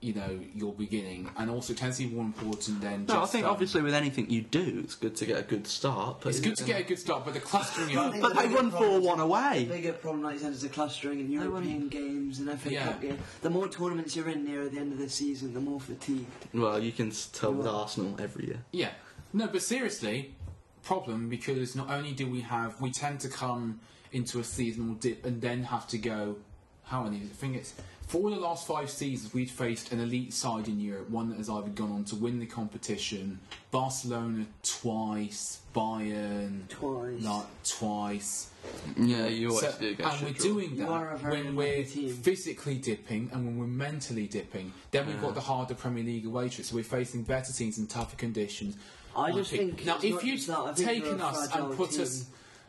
S2: you know your beginning, and also tends to be more important than.
S1: No, I
S2: just,
S1: think
S2: um,
S1: obviously with anything you do, it's good to get a good start. But
S2: it's good to get a good start, but the clustering
S3: I
S2: of
S3: think
S1: But
S3: the
S1: they
S3: bigger
S1: won
S3: problem-
S1: 4-1 away.
S3: The bigger problem, like you said, is the clustering and
S1: won-
S3: European games and FA
S2: Yeah.
S3: Cup games. The more tournaments you're in nearer the end of the season, the more fatigued.
S1: well, you can s- tell with Arsenal every year.
S2: Yeah. No, but seriously, problem because not only do we have, we tend to come into a seasonal dip and then have to go. How many? I think it's for the last five seasons we've faced an elite side in Europe, one that has either gone on to win the competition, Barcelona twice, Bayern
S3: Twice.
S2: like twice.
S1: Yeah, you always
S2: So-
S1: do get.
S2: and we're doing
S3: You are a
S2: that
S3: very
S2: when we're
S3: lucky team.
S2: physically dipping and when we're mentally dipping. Then we've got the harder Premier League away trip, so we're facing better teams and tougher conditions.
S3: I
S2: Okay.
S3: just think
S2: now
S3: it's
S2: if
S3: not
S2: you'd
S3: just that, I think
S2: taken
S3: we're a
S2: us
S3: fragile
S2: and put
S3: team
S2: us,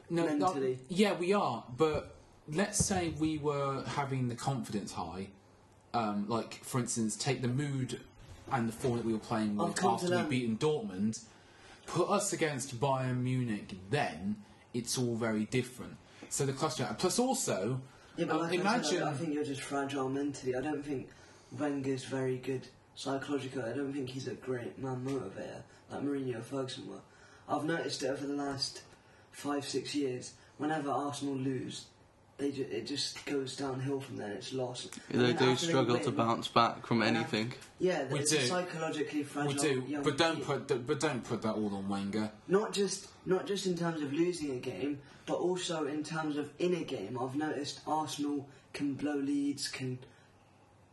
S2: no, no,
S3: mentally.
S2: yeah, we are. But let's say we were having the confidence high, um, like for instance, take the mood and the form that we were playing
S3: I'll
S2: with
S3: come to
S2: after we
S3: them.
S2: beaten Dortmund. Put us against Bayern Munich, then it's all very different. So the cluster, plus also,
S3: Yeah, but
S2: um,
S3: like I, said,
S2: imagine
S3: I- I think you're just fragile mentally. I don't think Wenger's very good psychologically. I don't think he's a great man motivator like Mourinho or Ferguson were. I've noticed it over the last five, six years. Whenever Arsenal lose, they ju- it just goes downhill from there. It's loss. And
S1: They
S3: then
S1: do
S3: after they
S1: struggle
S3: win-
S1: to bounce back from
S3: and
S1: anything.
S3: af- Yeah,
S2: We
S3: it's
S2: do.
S3: a psychologically fragile.
S2: we do,
S3: young
S2: but don't
S3: team.
S2: put th- but don't put that all on Wenger.
S3: not just not just in terms of losing a game, but also in terms of in a game. I've noticed Arsenal can blow leads, can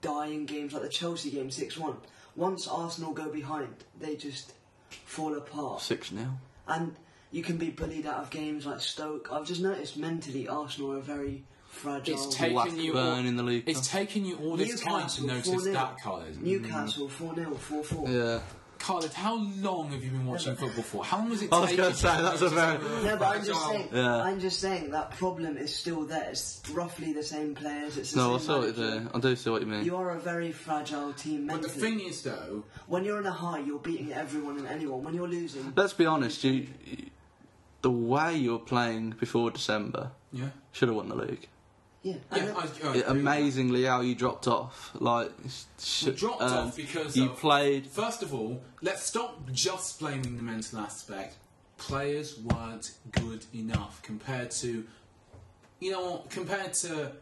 S3: die in games like the Chelsea game six one. Once Arsenal go behind, they just fall apart,
S1: Six 0
S3: and you can be bullied out of games like Stoke. I've just noticed mentally Arsenal are very fragile.
S2: It's taken you all,
S1: Blackburn in the league.
S2: It's taken you all this time to
S3: Newcastle
S2: notice
S3: 4-0.
S2: that, Mm. Khaled.
S3: Newcastle four 0 four four.
S1: Yeah.
S2: Khaled, how long have you been watching football for? How long has it
S1: I was
S2: taken?
S1: gonna say, that's a very-
S3: No, but I'm just
S2: Fragile.
S3: saying.
S1: Yeah.
S3: I'm just saying that problem is still there. It's roughly the same players. It's the
S1: No, I
S3: same
S1: see what you
S3: manager.
S1: do. I do see what you mean.
S3: You are a very fragile team
S2: But
S3: mentally.
S2: the thing is, though,
S3: when you're in a high, you're beating everyone and anyone. When you're losing,
S1: Let's be honest. You, you- the way you were playing before December,
S2: yeah,
S1: should have won the league.
S3: yeah, and
S2: yeah,
S3: then-
S2: I, I agree
S1: It,
S2: with
S1: amazingly, how you dropped off. Like sh-
S2: We dropped
S1: um,
S2: off because
S1: you
S2: of-
S1: played.
S2: First of all, let's stop just blaming the mental aspect. Players weren't good enough compared to, you know, what, compared to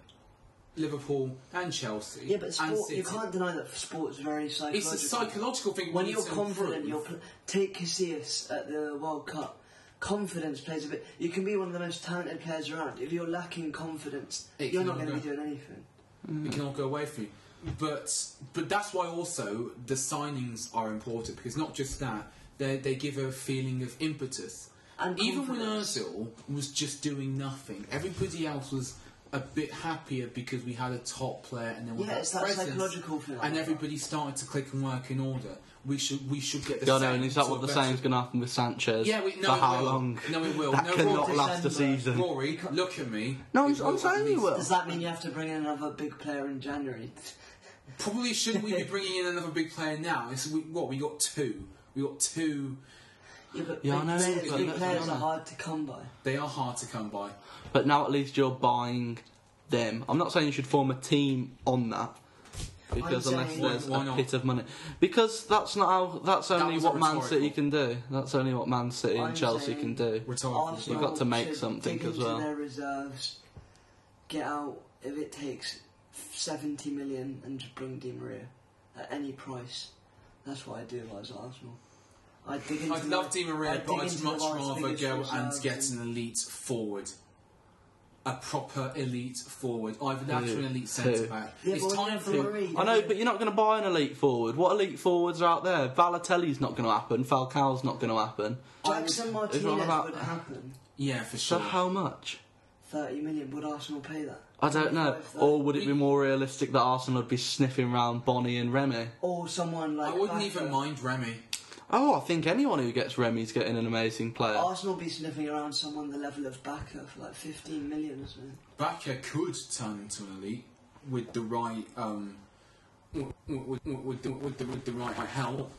S2: Liverpool and Chelsea.
S3: yeah, but
S2: and
S3: sport,
S2: City.
S3: you can't deny that sport's very
S2: It's
S3: psychological.
S2: a psychological thing. we
S3: when
S2: need
S3: you're
S2: to
S3: confident,
S2: improve.
S3: you're pl- take Casillas at the World Cup. confidence plays a bit. You can be one of the most talented players around. If you're lacking confidence,
S2: It's
S3: you're not
S2: not
S3: going to be
S2: gonna-
S3: doing anything.
S2: it can all go away from you. But but that's why also the signings are important because not just that they they give a feeling of impetus.
S3: And
S2: Even when
S3: confidence.
S2: Özil was just doing nothing, everybody else was a bit happier because we had a top player and then we
S3: Yeah,
S2: had
S3: it's that
S2: presence,
S3: psychological thing.
S2: and everybody started to click and work in order. We should we should get the
S1: God
S2: same
S1: only is that
S2: to
S1: what
S2: a
S1: the
S2: better-
S1: same's going to happen with Sanchez?
S2: Yeah, we, no,
S1: For
S2: it
S1: how
S2: will.
S1: long?
S2: No, it will.
S1: That
S2: no,
S1: cannot
S2: Rory,
S1: last a
S3: December.
S1: season.
S2: Rory, look at me.
S1: No,
S2: It
S1: I'm- I'm
S2: will
S1: saying
S2: at
S1: he
S2: least-
S1: will.
S3: Does that mean you have to bring in another big player in January?
S2: Probably shouldn't we be bringing in another big player now? It's, we, what we got two. We got two.
S3: Yeah, but
S1: Yeah, I
S3: big,
S1: know,
S3: players,
S1: but
S3: big
S1: that's
S3: players
S1: another-
S3: are hard to come by.
S2: They are hard to come by.
S1: But now at least you're buying them. I'm not saying you should form a team on that. Because
S3: I'm
S1: unless
S3: saying-
S1: there's
S2: Why- why
S1: a
S2: not?
S1: pit of money, because that's not how. That's only
S2: was a
S1: what Man
S2: rhetorical.
S1: City can do. That's only what Man City and
S3: I'm
S1: Chelsea
S3: saying
S1: can do.
S2: We're talking.
S1: You've got to make
S3: should
S1: something
S3: dig
S1: as
S3: into
S1: well.
S3: Their reserves, get out if it takes seventy million, and just bring Di Maria at any price. That's what I do if I was at Arsenal. I dig into
S2: I'd love
S3: the-
S2: Di Maria,
S3: dig
S2: but I'd
S3: into
S2: much
S3: the last
S2: rather
S3: biggest
S2: go and
S3: reserves
S2: get an elite forward. A proper elite forward, either that
S1: Who?
S2: or an elite
S1: Who?
S2: centre back.
S3: Yeah,
S2: it's
S3: but we
S2: time
S3: have
S2: for.
S3: to worry.
S1: I know, but you're not going to buy an elite forward. What elite forwards are out there? Valatelli's not going to happen. Falcao's not going to happen.
S3: Jackson
S1: It's
S3: Martinez
S1: all about-
S3: would happen.
S2: Yeah, for
S1: So
S2: sure.
S1: how much?
S3: Thirty million. Would Arsenal pay that?
S1: I don't know.
S3: 25,
S1: Or would it be more realistic that Arsenal would be sniffing round Bonnie and Remy?
S3: or someone like
S2: I wouldn't
S3: Baka.
S2: even mind Remy.
S1: Oh, I think anyone who gets Remy's getting an amazing player.
S3: Arsenal be sniffing around someone the level of Baka for like fifteen million or something.
S2: Baka could turn into an elite with the right um, with, with, with, the, with, the, with the right help.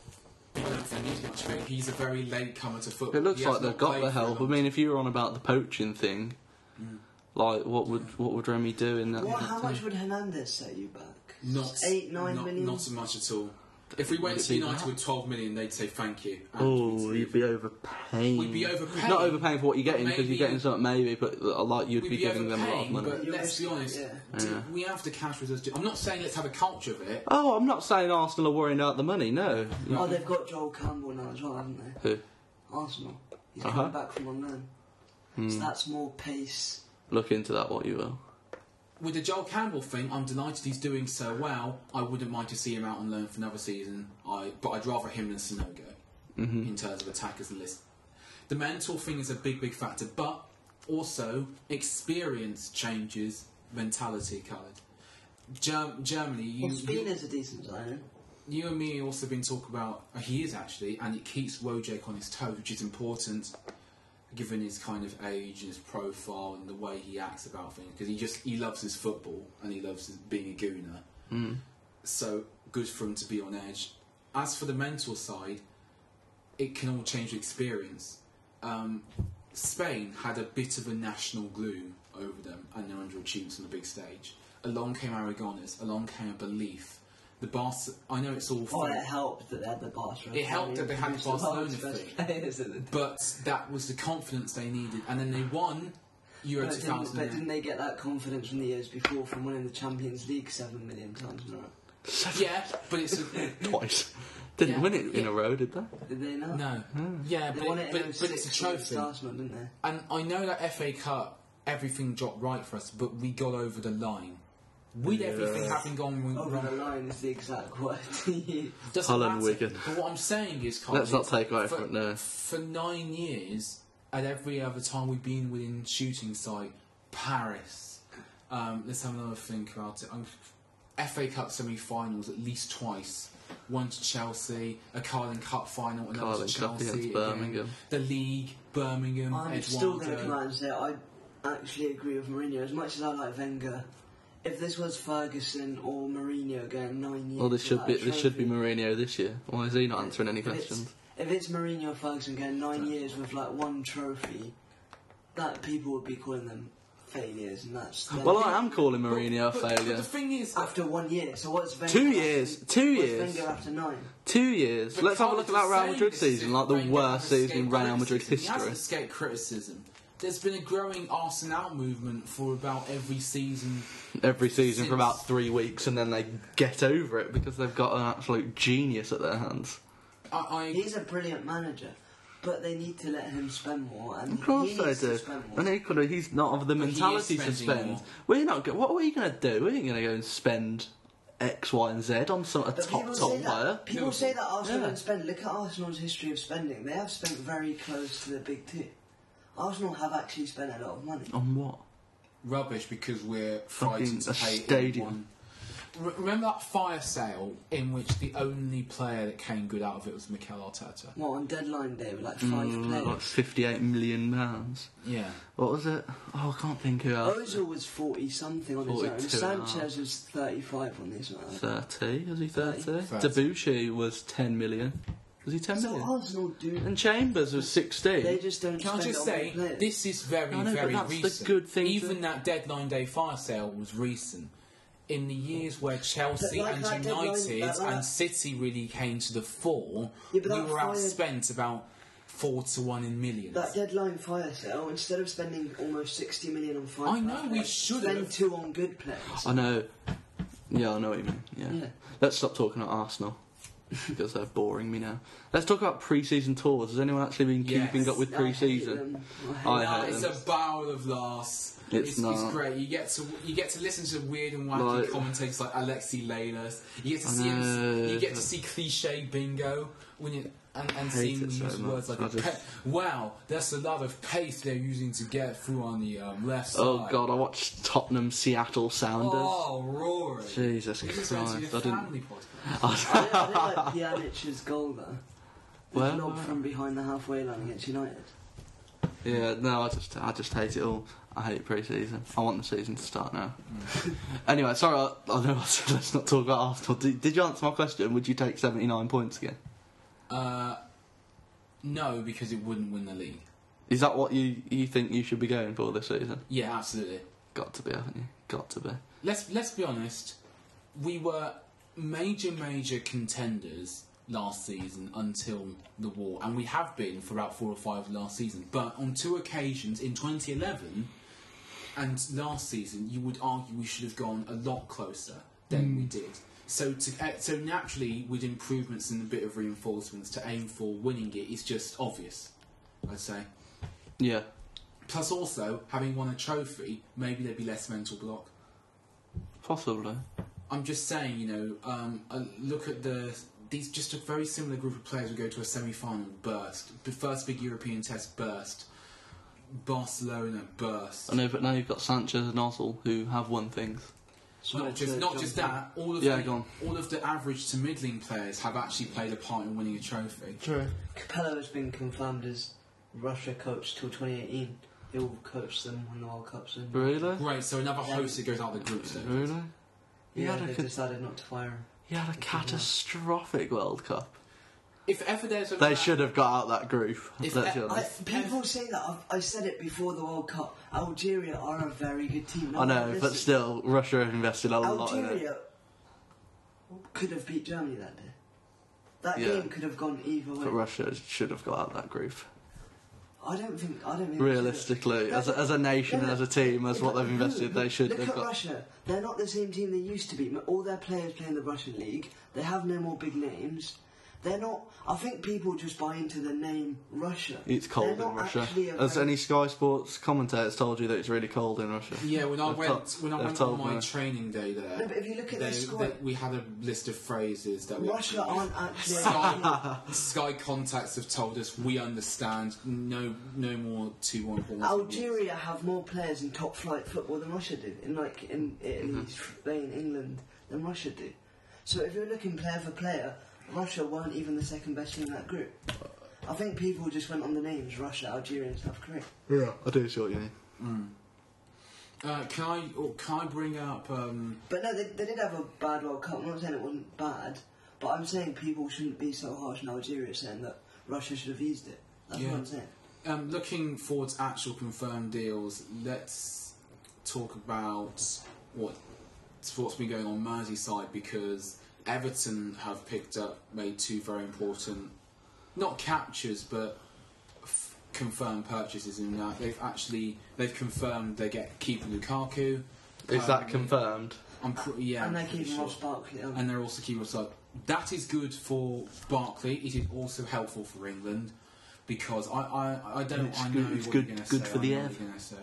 S2: I don't think he needs much of it. He's a very late comer to football.
S1: It looks
S2: He has
S1: like they've
S2: not
S1: got
S2: played
S1: the
S2: for Mm. a
S1: help. I
S2: long
S1: mean, if you were on about the poaching thing, like what would what would Remy do in that?
S3: What? How much would Hernandez set you back?
S2: Not
S3: eight, nine
S2: not,
S3: million?
S2: Not so much at all. If we went
S1: Would it
S2: to
S1: be
S2: United
S1: that?
S2: with 12 million, they'd say thank you. and
S1: Oh,
S2: we'd
S1: you'd be overpaying.
S2: We'd be overpaying.
S1: Not overpaying for what you're getting because
S2: Maybe-
S1: you're getting something maybe, but uh, like you'd
S2: We'd
S1: be, giving them a lot of
S2: overpaying,
S1: money.
S2: But let's be honest,
S3: Yeah.
S2: do- we have the cash reserves. I'm not saying let's have a culture of it.
S1: Oh, I'm not saying Arsenal are worrying about the money. No.
S3: Oh, they've got Joel Campbell now as well, haven't they?
S1: Who?
S3: Arsenal. He's
S1: Uh-huh.
S3: coming back from on loan. So
S2: Hmm.
S3: that's more pace.
S1: Look into that what you will.
S2: With the Joel Campbell thing, I'm delighted he's doing so well. I wouldn't mind to see him out on loan for another season. I, but I'd rather him than Sonogo
S1: Mm-hmm.
S2: in terms of attackers and list. The mental thing is a big, big factor, but also experience changes mentality. Coloured Germ- Germany, you,
S3: Well,
S2: you-
S3: Spina's a decent signing.
S2: you and me also been talking about uh, he is actually, and it keeps Wojciech on his toes, which is important given his kind of age and his profile and the way he acts about things because he just he loves his football and he loves his, being a gooner. So good for him to be on edge. As for the mental side, it can all change with experience. Um, Spain had a bit of a national gloom over them and their underachievements on the big stage. Along came Aragones, along came a belief. The Barca, I know it's all
S3: Oh,
S2: fun,
S3: it helped that they had the Barcelona.
S2: It helped that they had the
S3: It's the world's
S2: Barcelona
S3: best
S2: thing.
S3: players at the time.
S2: but that was the confidence they needed, and then they won Euro
S3: But didn't, but
S2: 2000.
S3: didn't they get that confidence from the years before from winning the Champions League seven million times more?
S2: Yeah, but it's a,
S1: Twice. Didn't
S2: Yeah.
S1: win it in
S2: Yeah.
S1: a row, did they?
S3: Did they not?
S2: no, yeah,
S3: They
S2: but,
S3: won
S2: it-
S3: it
S2: but,
S3: in
S2: but it's a
S3: 06 against
S2: trophy.
S3: Arsenal, didn't they?
S2: And I know that FA Cup, everything dropped right for us, but we got over the line. With everything having gone
S3: Over the
S2: wrong,
S3: line is the exact word to use.
S2: doesn't
S1: Holland,
S2: matter.
S1: Wigan.
S2: But what I'm saying is, Colin,
S1: Let's not take away
S2: for,
S1: from it. No.
S2: for nine years, at every other time we've been within shooting sight, Paris. Um, let's have another think about it. Um, FA Cup semi-finals at least twice. One to Chelsea, a Carling Cup final, another
S1: Carling
S2: to
S1: Cup
S2: Chelsea
S1: against
S2: again.
S1: Birmingham.
S2: The league, Birmingham,
S3: I'm
S2: Eduardo.
S3: still going to come out and say I actually agree with Mourinho as much as I like Wenger. If this was Ferguson or Mourinho going nine years,
S1: Well, this should
S3: without
S1: be
S3: a
S1: this should be
S3: trophy,
S1: Mourinho this year. Why is he not answering any
S3: if it's-
S1: questions?
S3: If it's Mourinho or Ferguson going nine years with like one trophy, that people would be calling them failures, and that's
S1: Well, I am calling Mourinho a
S2: But- But
S1: failure.
S2: the thing is,
S3: after one year. So what's Wenger?
S1: Two
S3: after-
S1: years. Two
S3: what's
S1: years.
S3: Wenger after nine.
S1: Two years.
S2: But
S1: Let's have a look at that
S2: Cardiff
S1: Real
S2: is
S1: Madrid
S2: saying this
S1: season, like the
S2: Wenger
S1: worst
S2: has
S1: season in
S2: escaped
S1: Real Madrid
S2: criticism. He
S1: history.
S2: hasn't escaped criticism. There's been a growing Arsenal movement for about every season.
S1: Every season for
S2: Since-
S1: about three weeks, and then they get over it because they've got an absolute genius at their hands.
S2: I, I
S3: He's a brilliant manager. But they need to let him spend more, and
S1: Of course
S3: he
S1: they
S3: needs
S1: do.
S3: to spend more.
S1: And equally, he's not of the
S2: But he is
S1: mentality to
S2: spending
S1: spend.
S2: more.
S1: We're not. Go- what are we going to do? We're going to go and spend X, Y, and Z on some a
S3: But
S1: top
S3: people
S1: top
S3: say
S1: player.
S3: That, people say that Arsenal
S1: Yeah.
S3: don't spend. Look at Arsenal's history of spending. They have spent very close to the big two. Arsenal have actually spent a lot of money.
S1: On what?
S2: Rubbish because we're frightened to
S1: a
S2: pay
S1: stadium.
S2: everyone. Re- Remember that fire sale in which the only player that came good out of it was Mikel Arteta?
S3: What on deadline day with like five
S1: Mm, like
S3: players?
S1: fifty-eight million pounds.
S2: Yeah.
S1: What was it? Oh, I can't think who else.
S3: Ozil was forty something on his
S1: 42
S3: own.
S1: and a half.
S3: Sanchez was thirty-five on his own.
S1: Thirty? Was he thirty?
S2: Thirty.
S1: Debuchy was ten million. Was he ten
S3: So
S1: million?
S3: Arsenal do.
S1: And Chambers was sixteen.
S3: They just don't.
S2: Can I
S3: spend
S2: just
S3: on
S2: say,
S3: players.
S2: this is very,
S1: I know, but
S2: very
S1: that's the
S2: recent.
S1: good thing to-
S2: Even that deadline day fire sale was recent. In the years where Chelsea
S3: like
S2: and
S3: that deadline-
S2: United
S3: that- that-
S2: and City really came to the fore,
S3: Yeah, but
S2: we
S3: that
S2: were
S3: fire-
S2: outspent about four to one in millions.
S3: That deadline fire sale, instead of spending almost 60 million on five
S2: I know,
S3: bad
S2: we
S3: players,
S2: should've.
S3: Spend two on good players.
S1: I know. Yeah, I know what you mean. Yeah.
S3: Yeah.
S1: Let's stop talking about Arsenal because they're boring me now. Let's talk about pre-season tours. Has anyone actually been
S2: Yes.
S1: keeping up with
S3: I hate
S1: pre-season?
S3: them. I hate
S1: I
S3: them.
S2: That
S1: hate
S2: is
S1: them.
S2: a barrel of laughs.
S1: Uh-huh. It's
S2: It's,
S1: not.
S2: great. You get to you get to listen to weird and wacky
S1: Like-
S2: commentators like Alexi Lalas. You get to
S1: I
S2: see him,
S1: know.
S2: you get to see cliche bingo when you and, and see him
S1: it
S2: use
S1: so
S2: words
S1: much.
S2: like
S1: I
S2: a
S1: just-
S2: pa- wow, that's a lot of pace they're using to get through on the um, left side.
S1: Oh god, I watched Tottenham Seattle Sounders.
S2: Oh, Rory.
S1: Jesus
S2: This is going to be a
S1: Christ! I didn't.
S2: family podcast.
S3: I didn't- I didn't like Pjanic's goal though.
S1: Well,
S3: Well, lob from behind the halfway line against United.
S1: Yeah, no, I just, I just hate it all. I hate pre-season. I want the season to start now. anyway, sorry. I, I know I said let's not talk about Arsenal. Did, did you answer my question? Would you take seventy-nine points again?
S2: Uh, no, because it wouldn't win the league.
S1: Is that what you, you think you should be going for this season?
S2: Yeah, absolutely.
S1: Got to be, haven't you? Got to be.
S2: let's let's be honest. We were major major contenders last season until the war, and we have been for about four or five last season. But on two occasions in 2011 and last season, you would argue we should have gone a lot closer than we did. So to, uh, so naturally, with improvements and a bit of reinforcements to aim for winning it is just obvious. I'd say.
S1: Yeah.
S2: Plus, also having won a trophy, maybe there'd be less mental block.
S1: Possibly.
S2: I'm just saying, you know, um, uh, look at the these just a very similar group of players would go to a semi-final burst, the first big European test burst, Barcelona burst.
S1: I know, but now you've got Sanchez and Ozil who have won things.
S2: Not just not just that, all of
S1: Yeah, go
S2: the,
S1: on.
S2: all of the average to middling players have actually played a part in winning a trophy.
S1: True.
S3: Capello has been confirmed as Russia coach till 2018. He'll coach them when the World Cup's in.
S1: Really?
S2: Great, so another host that goes out of the group stage.
S1: Really? He
S3: Yeah,
S1: had a
S3: they
S1: good-
S3: decided not to fire him.
S1: He had a catastrophic World Cup.
S2: If ever there's a
S1: They should have got out that group.
S2: If-
S1: Let's be
S2: I-
S1: honest.
S3: I, people say that. I've, I said it before the World Cup. Algeria are a very good team. No
S1: I know,
S3: one
S1: but
S3: listens.
S1: still, Russia have invested a lot in it.
S3: Algeria could have beat Germany that day. That
S1: Yeah.
S3: game could have gone either way.
S1: But Russia should have got out that group.
S3: I don't think. I don't think. they
S1: Realistically,
S3: should.
S1: as a, as a nation, and as a team, as what they've invested, they should.
S3: Look
S1: They've
S3: at
S1: got.
S3: Russia. They're not the same team they used to be. All their players play in the Russian league. They have no more big names. They're not. I think people just buy into the name Russia.
S1: It's cold
S3: They're
S1: in
S3: not
S1: Russia.
S3: actually a
S1: As
S3: very-
S1: any Sky Sports commentators told you that it's really cold in Russia.
S2: Yeah, when I
S1: They've
S2: went
S1: to-
S2: when I
S1: they've
S2: went on
S1: told
S2: my
S1: me.
S2: training day there,
S3: No, but if you look at
S2: they-
S3: their squad-
S2: they- we had a list of phrases that we
S3: Russia
S2: actually-
S3: aren't actually. a team.
S2: Sky, Sky contacts have told us we understand no no more two one balls.
S3: Algeria have more players in top flight football than Russia do. In like in Italy,
S2: Mm-hmm.
S3: Spain, England than Russia do. So if you're looking player for player, Russia weren't even the second best in that group. I think people just went on the names Russia, Algeria, and South Korea.
S1: Yeah, I do see what you mean.
S2: Uh, can I or can I bring up? Um,
S3: But no, they, they did have a bad World Cup. I'm not saying it wasn't bad, but I'm saying people shouldn't be so harsh on Algeria, saying that Russia should have used it. That's
S2: Yeah.
S3: what I'm saying.
S2: um, looking forward to actual confirmed deals. Let's talk about what what's been going on Merseyside because Everton have picked up made two very important, not captures but f- confirmed purchases in that they've actually they've confirmed they get keeper Lukaku.
S1: Is that
S2: Permanently.
S1: confirmed?
S2: I'm pr- yeah,
S3: and
S2: I'm
S3: they
S2: pretty
S3: keep
S2: sure. Uh,
S3: Ross Barkley on.
S2: and they're also keeping us up. That is good for Barclay. It is also helpful for England because I, I, I don't
S1: It's
S2: I know
S1: good- it's
S2: what
S1: good-
S2: you're going to say.
S1: good for
S2: I
S1: the
S2: know what
S1: Ev.
S2: you're going to say.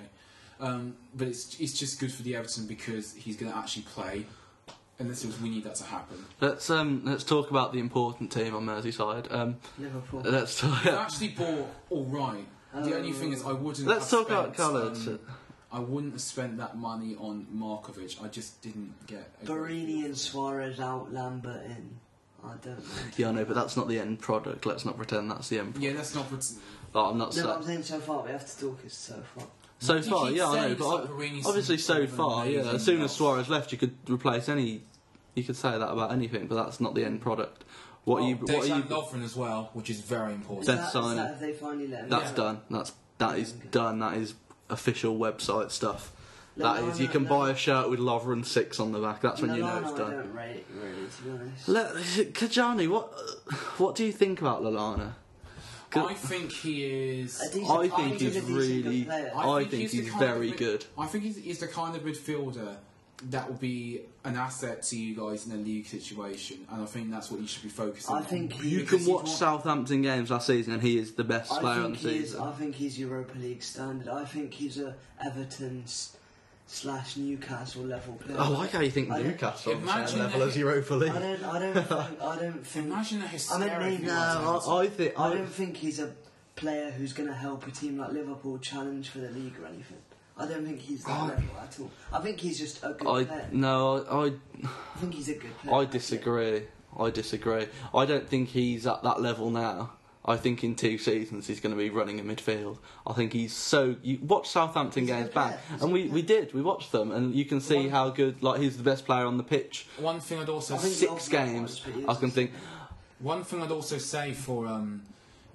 S2: Um, but it's it's just good for the Everton because he's going to actually play, and this is we need that to happen.
S1: Let's um let's talk about the important team on Merseyside. Um,
S3: Liverpool.
S1: let's talk.
S2: They actually bought all right. The only
S3: Um,
S2: thing is, I wouldn't.
S1: Let's
S2: have
S1: talk about
S2: spent,
S1: colours.
S2: um, I wouldn't have spent that money on Markovic. I just didn't get. a great
S3: Barini
S2: deal.
S3: and Suarez out, Lambert in. I don't know.
S1: Yeah, I know, but that's not the end product. Let's not pretend that's the end.
S2: Yeah, that's not. Pret-
S1: Like, I'm not
S3: No,
S1: sa-
S3: but I'm saying so far, we have to talk is so far.
S1: so
S2: You
S1: far.
S2: keep
S1: Yeah, I know,
S2: saying
S1: but
S2: it's
S1: I-
S2: like Barini's
S1: obviously
S2: some
S1: so
S2: sort of
S1: far. Yeah, as
S2: amazing
S1: soon as
S2: goal.
S1: Suarez left, you could replace any. You could say that about anything, but that's not the end product. What are you?
S2: Dejan
S1: What are you?
S2: Lovren as well, which is very important.
S1: That-
S3: Is
S1: signing.
S3: That if they finally let him
S1: That's
S3: go?
S1: done. That's that is done. That is official website stuff.
S3: No,
S1: That
S3: no,
S1: is, you
S3: no,
S1: can
S3: no.
S1: buy a shirt with Lovren six on the back. That's when
S3: No,
S1: you know
S3: no,
S1: it's
S3: no, I
S1: done.
S3: don't rate it really, to be honest.
S1: Let, Kajani, what what do you think about Lalana?
S2: I think he is.
S3: A decent-
S1: I
S3: I
S1: think
S3: think he's
S1: he's
S3: a decent good
S1: really.
S3: player.
S1: I think
S2: the
S1: he's
S2: kind of
S1: very
S2: mid-
S1: good.
S2: I think he's, he's the kind of midfielder that will be an asset to you guys in a league situation, and I think that's what you should be focusing
S3: I
S2: on.
S3: think he-
S1: You
S2: Because
S1: can
S2: he's
S1: watch
S2: one-
S1: Southampton games last season, and he is the best player
S3: I
S1: on
S3: think
S1: the
S3: he is.
S1: season.
S3: I think he's Europa League standard. I think he's a Everton s- slash Newcastle level player.
S1: I like how you think
S3: I don't-
S1: Newcastle on the
S2: Imagine
S1: same level
S2: that-
S1: as Europa League.
S3: I don't. I don't. think, I don't think.
S2: Imagine a hysteric.
S3: I mean,
S2: United.
S1: No, I, I think
S3: I don't think he's a player who's going to help a team like Liverpool challenge for the league or anything. I don't think he's that
S1: Oh.
S3: level at all. I think he's just a good
S1: I
S3: player.
S1: no,
S3: I think he's a good
S1: I
S3: player.
S1: I disagree. I disagree. I don't think he's at that level now. I think in two seasons he's going to be running in midfield. I think he's so. You watch Southampton
S3: He's a
S1: games
S3: good
S1: back,
S3: player. He's
S1: and
S3: a
S1: we,
S3: good
S1: we did. We watched them, and you can see
S2: One-
S1: how good. Like he's the best player on the pitch.
S2: One thing I'd also
S3: I think
S1: Six
S3: Lovren
S1: games,
S3: was, but he
S1: I
S3: was
S1: can
S3: just-
S1: think.
S2: One thing I'd also say for um,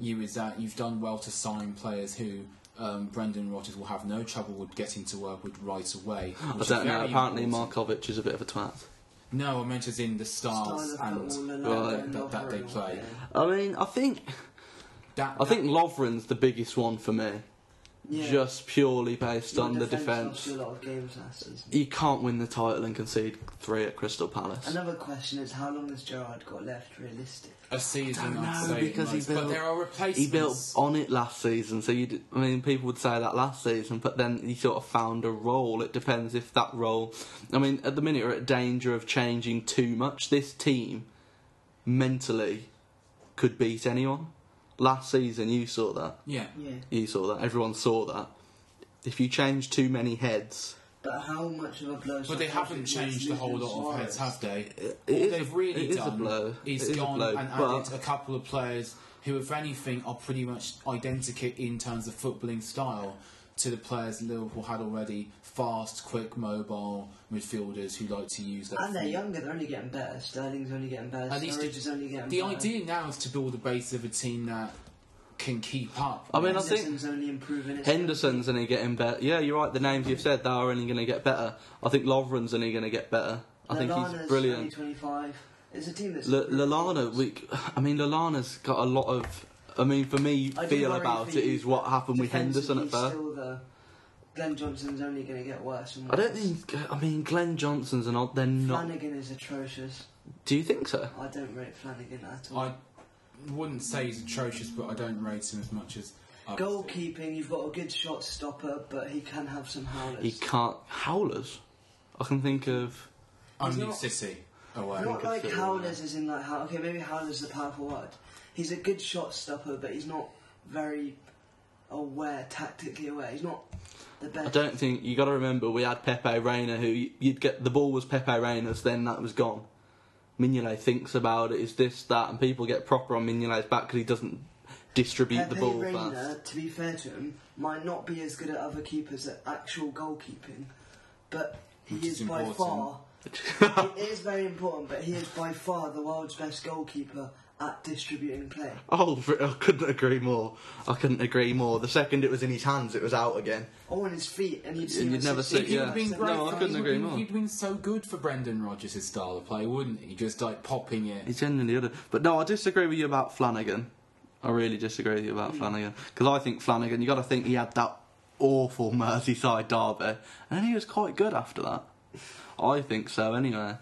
S2: you is that you've done well to sign players who um, Brendan Rodgers will have no trouble with getting to work with right away.
S1: I don't know. Apparently, Markovic is a bit of a twat.
S2: No, I meant as in the stars
S3: Style of
S2: and
S3: football and
S1: Right.
S3: and
S2: that, that they
S3: overall,
S2: play.
S3: yeah.
S1: I mean, I think
S2: That,
S1: I think Lovren's the biggest one for me.
S3: Yeah.
S1: Just purely based
S3: Your
S1: on the
S3: lost
S1: defence.
S3: you a lot of games last season.
S1: You can't win the title and concede three at Crystal Palace.
S3: Another question is how long has Gerard got left? Realistic.
S2: a season.
S1: don't
S2: I'd
S1: know,
S2: say at
S1: because he
S2: most,
S1: built-
S2: but there are replacements.
S1: He built on it last season, so you. d- I mean, people would say that last season, but then he sort of found a role. It depends if that role. I mean, at the minute, we're at danger of changing too much. This team, mentally, could beat anyone. Last season, you saw that.
S2: yeah.
S3: Yeah.
S1: You saw that. Everyone saw that. If you change too many heads,
S3: But how much of a blow?
S2: But they haven't changed a whole lot of heads, have they? All
S1: is-
S2: they've really
S1: it is a
S2: done
S1: blow.
S2: is
S1: It is a
S2: gone
S1: blow,
S2: and
S1: but-
S2: added a couple of players who, if anything, are pretty much identical in terms of footballing style to the players Liverpool had already. Fast, quick, mobile midfielders who like to use their
S3: And they're
S2: feet.
S3: younger. They're only getting better. Sterling's only getting better.
S2: At least
S3: Sturridge is only getting
S2: The
S3: better.
S2: idea now is to build a base of a team that can keep up.
S1: I mean, I think
S3: Henderson's only improving. It's
S1: Henderson's only getting better. Yeah, you're right. The names you've said, they are only going to get better. I think Lovren's only going to get better. I think he's
S3: Lallana's
S1: brilliant.
S3: Only 25. It's a team that's.
S1: L- Lallana, we, I mean, Lallana's got a lot of. I mean, for me,
S3: I do
S1: feel
S3: worry
S1: about
S3: for
S1: it
S3: you.
S1: is what happened with Henderson at
S3: Defensively
S1: first.
S3: still the- Glenn Johnson's only going to get worse. And
S1: I
S3: worse.
S1: don't think. I mean, Glenn Johnson's an odd. They're not.
S3: Flanagan is atrocious.
S1: Do you think so?
S3: I don't rate Flanagan at all.
S2: I wouldn't say he's atrocious, but I don't rate him as much as. others do.
S3: Goalkeeping, you've got a good shot stopper, but he can have some howlers.
S1: He can't. Howlers. I can think of.
S2: Only
S3: not-
S2: City away.
S3: Not like
S1: consider
S3: howlers as in like how. Okay, maybe howlers is a powerful word. He's a good shot stopper, but he's not very aware tactically aware. He's not the best.
S1: I don't think you got to remember we had Pepe Reina who y- you'd get the ball was Pepe Reina's then that was gone. Mignolet thinks about it is this that and people get proper on Mignolet's back because he doesn't distribute
S3: Pepe
S1: the ball
S3: Reina,
S1: fast.
S3: to be fair to him, might not be as good at other keepers at actual goalkeeping, but he
S2: Which
S3: is,
S2: is
S3: by
S2: important.
S3: far. it is very important, but he is by far the world's best goalkeeper at distributing play.
S1: Oh, fr- I couldn't agree more. I couldn't agree more. The second it was in his hands, it was out again.
S3: Or on his feet, and you'd see
S1: And
S3: him
S1: you'd never
S3: assist
S1: see-
S2: He'd
S1: yeah.
S2: have been
S1: No,
S2: great.
S1: I
S2: for-
S1: couldn't
S2: he'd
S1: agree
S2: been-
S1: more.
S2: He'd been so good for Brendan Rodgers' style of play, wouldn't he? Just like popping it.
S1: He's genuinely other. But no, I disagree with you about Flanagan. I really disagree with you
S3: Hmm.
S1: about Flanagan because I think Flanagan. You got to think he had that awful Merseyside derby, and then he was quite good after that. I think so, anyway.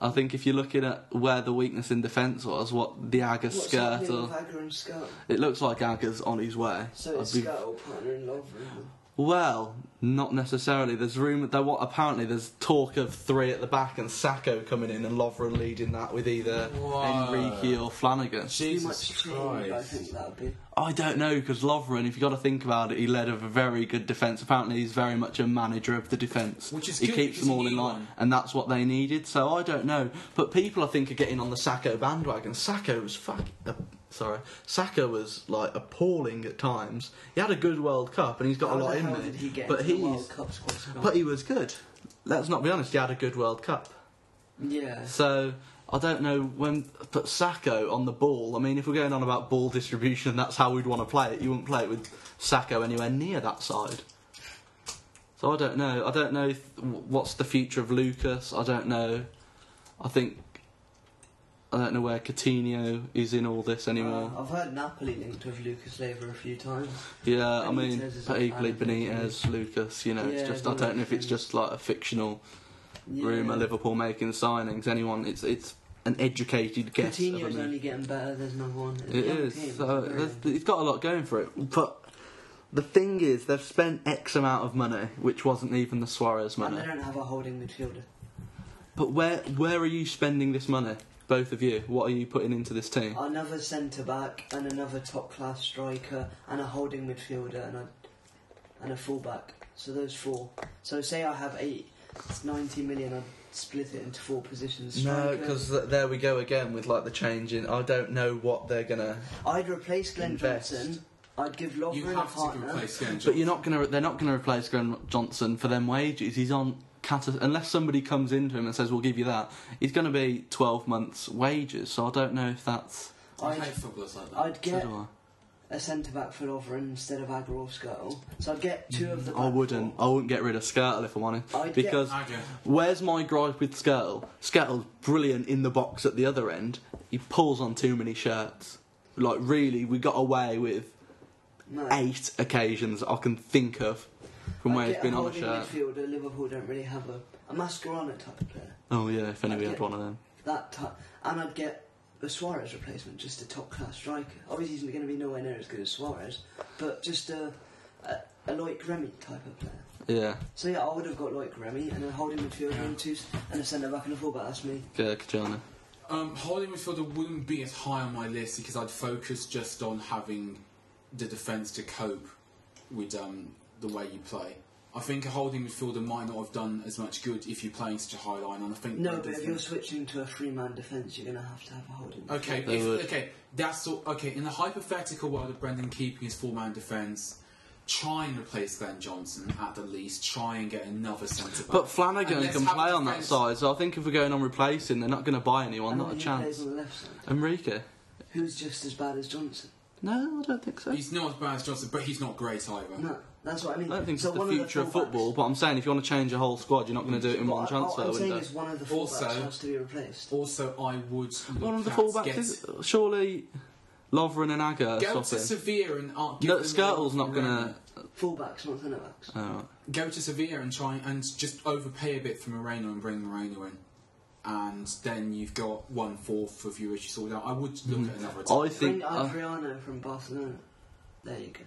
S1: I think if you're looking at where the weakness in defence was, what the Aga
S3: What's
S1: skirt
S3: happening
S1: or
S3: with Hagger and Skull?
S1: it looks like Aga's on his way.
S3: So it's
S1: I'd be-
S3: Skull partner in love with him.
S1: Well, not necessarily. There's room. There what apparently there's talk of three at the back and Sacco coming in and Lovren leading that with either
S2: Whoa.
S1: Enrique or Flanagan.
S3: Too
S2: Jesus
S3: much change, I think
S2: Christ.
S3: that'd be.
S1: I don't know because Lovren, if you got to think about it, he led a very good defence. Apparently, he's very much a manager of the defence.
S2: Which is
S1: he
S2: good,
S1: keeps
S2: because
S1: them
S2: he
S1: all in
S2: needed
S1: line,
S2: one.
S1: and that's what they needed. So I don't know, but people I think are getting on the Sacco bandwagon. Sacco was fuck. Uh, sorry, Sacco was like appalling at times. He had a good World Cup, and he's got
S3: How
S1: a lot
S3: the
S1: in
S3: hell
S1: there.
S3: did he get
S1: but
S3: into the
S1: he's
S3: World Cup squad? Scott?
S1: but he was good. Let's not be honest. He had a good World Cup.
S3: yeah.
S1: So I don't know when, but Sacco on the ball. I mean, if we're going on about ball distribution, that's how we'd want to play it. You wouldn't play it with Sacco anywhere near that side. So I don't know. I don't know if, what's the future of Lucas. I don't know. I think I don't know where Coutinho is in all this anymore.
S3: Uh, I've heard Napoli linked with Lucas Leiva a few times.
S1: yeah, I mean,
S3: Benitez is a
S1: particularly
S3: fan, isn't he?
S1: Benitez, Lucas. You know, it's
S3: Yeah,
S1: just I
S3: they're
S1: don't know if
S3: like
S1: it's
S3: him.
S1: just like a fictional
S3: Yeah.
S1: rumour Liverpool making signings. Anyone, it's it's an educated guess. of
S3: Coutinho's
S1: a move.
S3: only getting better. There's another one. It's a
S1: it
S3: young
S1: is.
S3: team,
S1: So
S3: it's
S1: there's-
S3: brilliant.
S1: he's got a lot going for it. But the thing is, they've spent X amount of money, which wasn't even the Suarez
S3: and
S1: money.
S3: they don't have a holding midfielder.
S1: But where where are you spending this money, both of you? What are you putting into this team?
S3: Another centre back and another top class striker and a holding midfielder and a and a fullback. So those four. So say I have eight. It's ninety million. I'd split it into four positions.
S1: No,
S3: Striker.
S1: because th- there we go again with like the change in. I don't know what they're gonna.
S3: I'd replace Glenn
S1: Invest.
S3: Johnson. I'd give
S2: You
S3: Lovren a
S2: have to
S3: partner.
S2: replace Glenn
S1: But you're not gonna. They're not gonna replace Glenn Johnson for them wages. He's on. cata- Unless somebody comes into him and says, "We'll give you that," he's going to be twelve months' wages. So I don't know if that's.
S2: I
S3: I'd,
S2: hate footballers like that.
S3: I'd
S1: so
S3: get
S1: do I.
S3: a centre back for Lovren instead of Agger or Skirtle. So I'd get two of the.
S1: Mm, I
S3: back
S1: wouldn't.
S3: four.
S1: I wouldn't get rid of Skirtle if I'm honest.
S3: I'd get-
S1: because
S2: Agger.
S1: where's my gripe with Skirtle? Skirtle's brilliant in the box at the other end. He pulls on too many shirts. Like really, we got away with
S3: No.
S1: eight occasions I can think of from where
S3: I'd
S1: he's
S3: get
S1: been on a
S3: holding
S1: shirt.
S3: Midfielder, Liverpool don't really have a, a Mascherano type of player.
S1: Oh yeah, if only
S3: I'd
S1: we had
S3: get-
S1: one of them.
S3: That type, and I'd get a Suarez replacement, just a top class striker. Obviously, he's going to be nowhere near as good as Suarez, but just a a, a Loic Remy type of player.
S1: Yeah,
S3: So yeah, I would have got Loic Remy and a holding midfielder and two s- and a centre back and a fullback. That's me.
S1: yeah, Kajana.
S2: Um, holding midfielder wouldn't be as high on my list because I'd focus just on having the defence to cope with um, the way you play. I think a holding midfielder might not have done as much good if you're playing such a high line, and I think
S3: No,
S2: the
S3: but if
S2: difference-
S3: you're switching to a three man defence, you're going to have to have a holding.
S2: Okay,
S1: They
S2: if-
S1: would.
S2: okay, that's all, okay. In the hypothetical world of Brendan keeping his four-man defence, try and replace Glenn Johnson at the least. Try and get another centre back.
S1: But Flanagan
S2: And let's
S1: can
S2: have a
S1: play on that
S2: defence-
S1: side, so I think if we're going on replacing, they're not going to buy anyone.
S3: And
S1: Not a
S3: who Plays
S1: chance.
S3: on the left side,
S1: Enrique?
S3: who's just as bad as Johnson.
S1: No, I don't think so.
S2: He's not as bad as Johnson, but he's not great either.
S3: No, that's what I mean.
S1: I don't think
S3: so
S1: it's the
S3: one of
S1: future of
S3: fullbacks-
S1: football, but I'm saying if you want to change a whole squad, you're not going to do it in
S3: Well,
S1: one
S3: I-
S1: transfer
S3: What I'm saying
S1: window.
S3: is one of the fullbacks
S2: Also-
S3: has to be replaced.
S2: Also, I would look
S1: One of the
S2: at
S1: fullbacks
S2: get-
S1: is surely Lovren and Agger.
S2: Go to
S1: Stop it.
S2: Sevilla and uh, give
S1: No,
S2: them
S1: Skirtle's
S2: a-
S1: not going to.
S3: Fullbacks, not centre backs.
S1: Oh,
S2: um, go to Sevilla and try and just overpay a bit for Moreno and bring Moreno in, and then you've got one fourth of your issue sorted out. I would look at another.
S1: I
S2: attack.
S1: think.
S3: Bring
S1: uh,
S3: Adriano from Barcelona. There you go.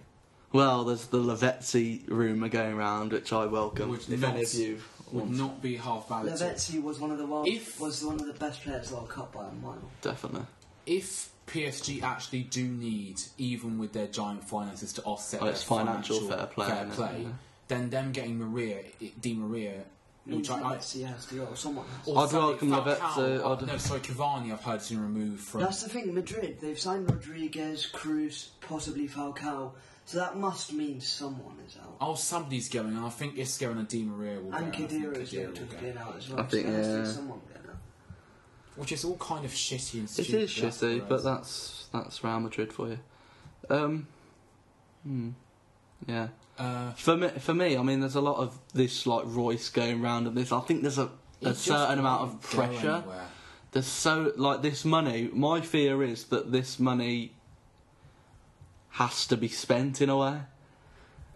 S1: well, there's the Lavezzi rumour going round, which I welcome.
S2: Would
S1: if
S2: not-
S1: any of you
S2: would
S1: want,
S2: not be half bad. at all.
S3: Lavezzi was one of the world,
S2: If-
S3: was one of the best players World Cup by a mile.
S1: definitely.
S2: If PSG actually do need, even with their giant finances, to offset
S1: Oh,
S2: their
S1: it's financial fair play,
S2: fair
S1: isn't it?
S2: play,
S1: Yeah.
S2: then them getting Maria, Di Maria, which I, I
S3: Lavezzi has to go, or someone has.
S2: or
S1: I'd welcome
S2: something, Falcao,
S1: Lavezzi,
S2: or-
S1: I'd-
S2: No, sorry, Cavani. I've heard has been removed from.
S3: That's the thing. Madrid, they've signed Rodriguez, Cruz, possibly Falcao. So that must mean someone is out.
S2: Oh, somebody's going. and I think Isco and Di Maria will
S3: And
S2: go. I think
S3: Kadira is
S2: Khedira
S3: going to
S2: will
S3: have
S2: go.
S3: been out as well.
S1: I think,
S3: so there has to be
S1: yeah.
S3: someone going out.
S2: Which is all kind of shitty and
S1: It
S2: stupid.
S1: is shitty,
S2: that's
S1: but
S2: gross.
S1: that's that's Real Madrid for you. Um, hmm, yeah.
S2: Uh,
S1: For me, for me, I mean, there's a lot of this like Royce going round and this. I think there's a,
S2: it
S1: a
S2: just
S1: certain amount
S2: won't
S1: of
S2: go
S1: pressure.
S2: anywhere.
S1: There's so like this money. My fear is that this money has to be spent in a way.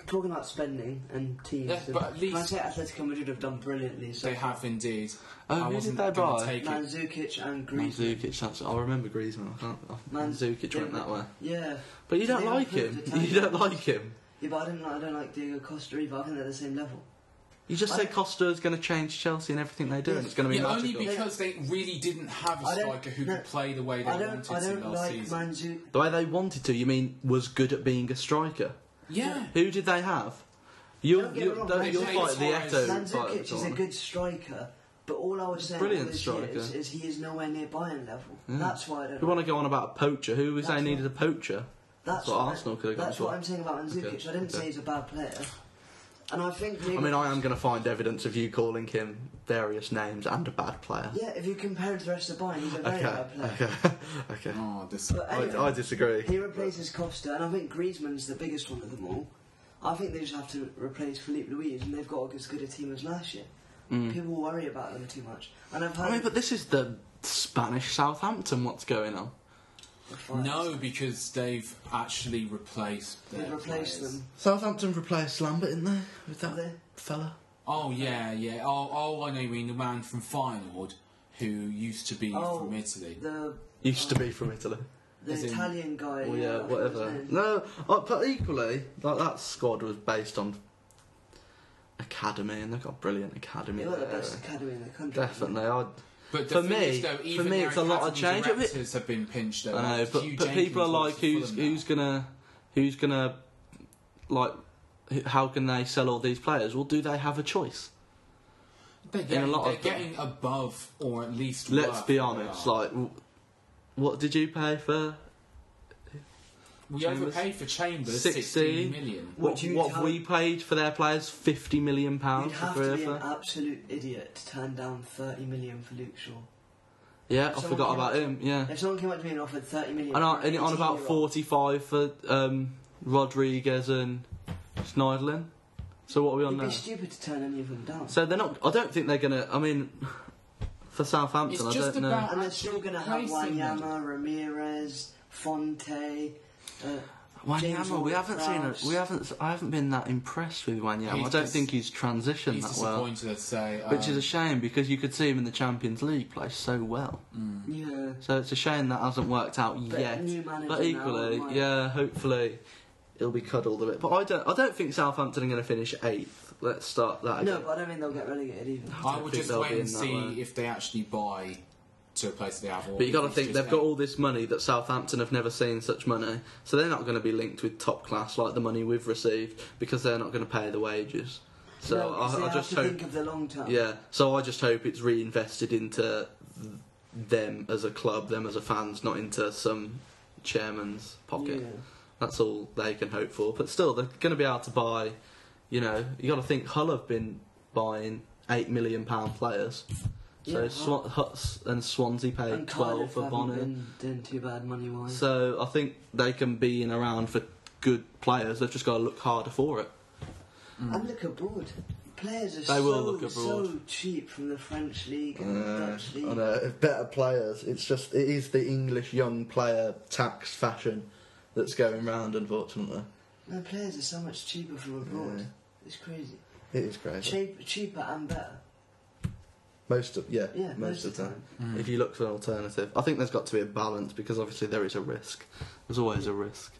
S3: talking about spending and teams.
S2: Yeah,
S3: and
S2: but at least-
S3: I'd say Atletico Madrid have done brilliantly. So
S2: They have indeed.
S1: Oh,
S2: I
S1: who
S2: wasn't
S1: did they
S2: gonna
S1: buy?
S2: take it.
S3: Mandzukic and Griezmann.
S1: Mandzukic, that's, I remember Griezmann. I can't, I,
S3: Man-
S1: Mandzukic went that way.
S3: Yeah,
S1: But you don't
S3: They
S1: like
S3: improved
S1: him.
S3: the
S1: You don't like him.
S3: yeah, but I don't. I don't like Diego Costa either. I think they're the same level.
S1: You just
S3: I
S1: say
S3: don't-
S1: Costa is going to change Chelsea and everything they do, and it's going to be
S2: Yeah, only
S1: magical.
S2: because they really didn't have a
S3: I don't-
S2: striker who
S3: no,
S2: could play the way they
S3: I
S2: wanted
S3: don't. I
S2: to
S3: don't
S2: last
S3: like
S2: season.
S3: Mandzukic.
S1: The way they wanted to, you mean was good at being a striker.
S2: Yeah.
S1: Who did they have? You're,
S3: Don't get
S1: you're,
S3: me wrong,
S1: don't-
S3: they
S1: you're
S2: played
S1: fighting the
S2: Torres.
S1: Eto. fight at
S3: Mandzukic
S1: the
S3: is a
S1: moment.
S3: good striker, but all I would say about
S1: Brilliant
S3: this year is,
S1: striker.
S3: is he is nowhere near Bayern level. That's why I don't.
S1: You want to go on about a poacher? Who was they
S3: That's
S1: needed a poacher?
S3: that's
S1: what
S3: what I-
S1: Arsenal could have gone
S3: That's
S1: for.
S3: what I'm saying about Mandzukic.
S1: Okay,
S3: I didn't
S1: okay.
S3: say he's a bad player, and I think.
S1: I mean, I am going to find evidence of you calling him various names and a bad player.
S3: Yeah, if you compare him to the rest of Bayern, he's a very
S1: Okay,
S3: bad player.
S1: okay, okay.
S2: Oh, this.
S3: But anyway,
S1: I, I disagree.
S3: He replaces Costa, and I think Griezmann's the biggest one of them all. I think they just have to replace Philippe Louise, and they've got as good a team as last year. People worry about them too much, and I've heard.
S1: Mm. I mean, but this is the Spanish Southampton. What's going on?
S2: No, because they've actually replaced.
S3: they
S2: their
S3: replaced
S2: players.
S3: them.
S1: Southampton replaced Lambert in there with that
S3: There.
S1: fella.
S2: Oh yeah, yeah. Oh, oh, I know. You mean the man from Feyenoord, who used to be
S3: Oh,
S2: from Italy.
S3: The
S1: Used to be from Italy.
S3: the
S2: As in-
S3: Italian guy.
S1: Well, yeah,
S3: uh,
S1: whatever.
S3: his name.
S1: No, uh, but equally, like that squad was based on academy, and they've got a brilliant academy.
S3: They were the
S1: there.
S3: best academy in the country.
S1: Definitely, I.
S2: But the
S1: For
S2: thing
S1: me-
S2: is, though,
S1: for
S2: even
S1: me,
S2: their
S1: it's a lot of
S2: academy
S1: change. A bit-
S2: directors have been pinched. Though.
S1: I know,
S2: Like,
S1: but,
S2: Hugh
S1: but people are
S2: Jenkins
S1: like,
S2: works for
S1: who's
S2: Fulham now.
S1: who's gonna, who's gonna, like, h- how can they sell all these players? Well, do they have a choice?
S2: They're
S1: a
S2: getting,
S1: lot
S2: they're
S1: of them.
S2: getting above, or at least.
S1: Let's
S2: worth
S1: be
S2: where
S1: honest.
S2: they are.
S1: Like, w- what did you pay for?
S2: we
S1: Chambers?
S2: overpaid for Chambers
S1: 60.
S2: sixteen million.
S3: Would
S1: What,
S3: you
S1: what
S3: tell-
S1: we paid for their players? Fifty million
S3: You'd
S1: pounds for
S3: have
S1: three
S3: to
S1: of
S3: be an
S1: them.
S3: absolute idiot to turn down 30 million for Luke Shaw.
S1: Yeah, I
S3: someone
S1: forgot
S3: came
S1: about
S3: up-
S1: him. Yeah,
S3: If someone came up to me and offered 30 million,
S1: and, I,
S3: for an
S1: and on about
S3: 18-year-old,
S1: forty-five for um, Rodriguez and Schneidlin. So what are we on
S3: You'd
S1: now?
S3: be stupid to turn any of them down.
S1: So they're not. I don't think they're gonna. I mean, for Southampton,
S2: It's
S1: I
S2: just
S1: don't know.
S2: about-
S3: and they're still going to have
S2: Replacing them.
S3: Wanyama, Ramirez, Fonte. Uh, James
S1: Wanyama, we
S3: Ward
S1: haven't seen it.
S3: Prowse.
S1: We haven't. I haven't been that impressed with Wanyama. I
S2: He's
S1: don't
S2: dis-
S1: think he's transitioned
S2: He's
S1: that well,
S2: disappointed, I'd say.
S1: which
S2: um,
S1: is a shame because you could see him in the Champions League play so well.
S3: yeah.
S1: So it's a shame that hasn't worked out
S3: But
S1: yet.
S3: new manager
S1: But
S3: now,
S1: equally,
S3: like-
S1: yeah, hopefully it'll be cuddled a bit. But I don't. I don't think Southampton are going to finish eighth. Let's start that.
S3: No,
S1: Again.
S3: but I don't think they'll get relegated either.
S1: I
S2: I
S1: don't
S2: would
S1: think
S2: just
S1: they'll
S2: wait
S1: be
S2: and
S1: in that
S2: see
S1: way.
S2: if they actually buy to a place they have. or
S1: But you got to
S2: if it's
S1: think
S2: just
S1: they've
S2: a-
S1: got all this money that Southampton have never seen such money, so they're not going to be linked with top class like the money we've received because they're not going to pay the wages. So
S3: no, 'cause they
S1: I, I
S3: have
S1: just
S3: to
S1: hope,
S3: think of the long term.
S1: yeah. So I just hope it's reinvested into th- them as a club, them as a fans, not into some chairman's pocket.
S3: Yeah.
S1: That's all they can hope for. But still, they're going to be able to buy. You know, you got to think Hull have been buying eight million pound players. So
S3: Yeah,
S1: Swa- Huts and Swansea paid
S3: And
S1: twelve
S3: Cardiff
S1: for
S3: haven't
S1: Bonner.
S3: been doing too bad money wise.
S1: So I think they can be in around for good players. They've just got to look harder for it.
S3: And look abroad. Players are
S1: They
S3: so,
S1: will look
S3: so
S1: abroad.
S3: cheap from the French league and the Dutch league.
S1: Uh, better players. It's just it is the English young player tax fashion that's going round. Unfortunately,
S3: No, players are so much cheaper from abroad.
S1: Yeah.
S3: It's crazy.
S1: it is crazy.
S3: Cheap, cheaper and better.
S1: Most of yeah,
S3: Yeah, most of the time.
S2: Mm.
S1: If you look for an alternative, I think there's got to be a balance because obviously there is a risk. There's always a risk,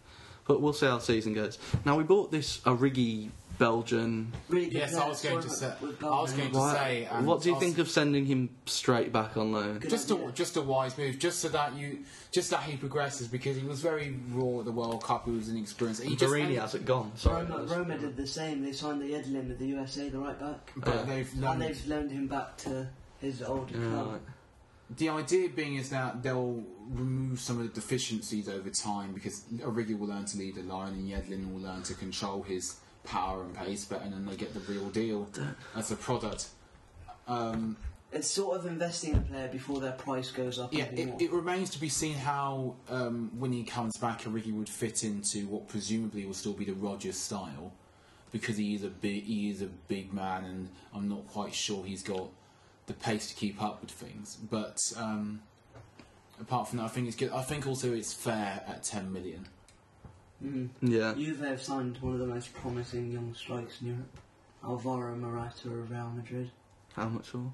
S1: but we'll see how the season goes. Now we bought this Origi Belgian.
S3: Really good
S2: Yes, I
S3: players
S2: was going to
S3: with-
S2: say.
S3: with
S2: I was
S3: Bellingham.
S2: going to
S1: Why-
S2: say. um,
S1: what do you
S2: I
S1: think
S2: was-
S1: of sending him straight back on loan?
S2: Just
S3: idea.
S2: a just a wise move, just so that you, just that he progresses because he was very raw at the World Cup. He was inexperienced. He just,
S1: Barini
S2: and-
S1: hasn't gone. Sorry,
S3: Roma, Roma did the same. They signed the Yedlin of the USA, the right back.
S2: but
S1: Yeah.
S2: they've
S3: And
S2: learned-
S3: they've loaned him back to his old
S1: Yeah,
S3: club.
S1: right.
S2: The idea being is that they'll remove some of the deficiencies over time because Origi will learn to lead the line and Yedlin will learn to control his power and pace better, and then they get the real deal as a product. Um,
S3: It's sort of investing in a player before their price goes up.
S2: Yeah,
S3: even
S2: it,
S3: more.
S2: it remains to be seen how, um, when he comes back, Origi would fit into what presumably will still be the Rogers style, because he is a big, he is a big man, and I'm not quite sure he's got the pace to keep up with things. But um, apart from that, I think it's good. I think also it's fair at 10 million.
S3: Mm.
S1: Yeah.
S3: Juve have signed one of the most promising young strikers in Europe, Alvaro Morata of Real Madrid.
S1: How much all?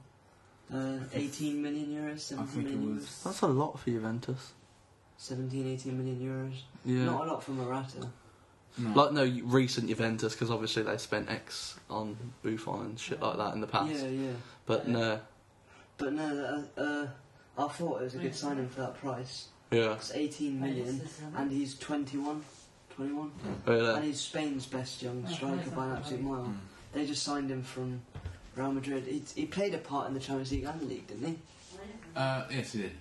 S3: Uh, 18 million euros,
S2: I
S3: 17
S2: think it
S3: million euros.
S2: was.
S1: That's a lot for Juventus.
S3: 17, 18 million euros.
S1: Yeah.
S3: Not a lot for Morata.
S2: No.
S1: like no recent Juventus because obviously they spent X on Buffon and shit like that in the past.
S3: Yeah, yeah.
S1: But no,
S3: But no, uh, uh, I thought it was a good signing for that price.
S1: yeah,
S3: It's 18 million, and he's 21. 21. And
S1: really.
S3: he's Spain's best young striker by an absolute mile.
S2: Mm.
S3: They just signed him from Real Madrid. He, he played a part in the Champions League and the league, didn't he?
S2: Uh, yes, it did.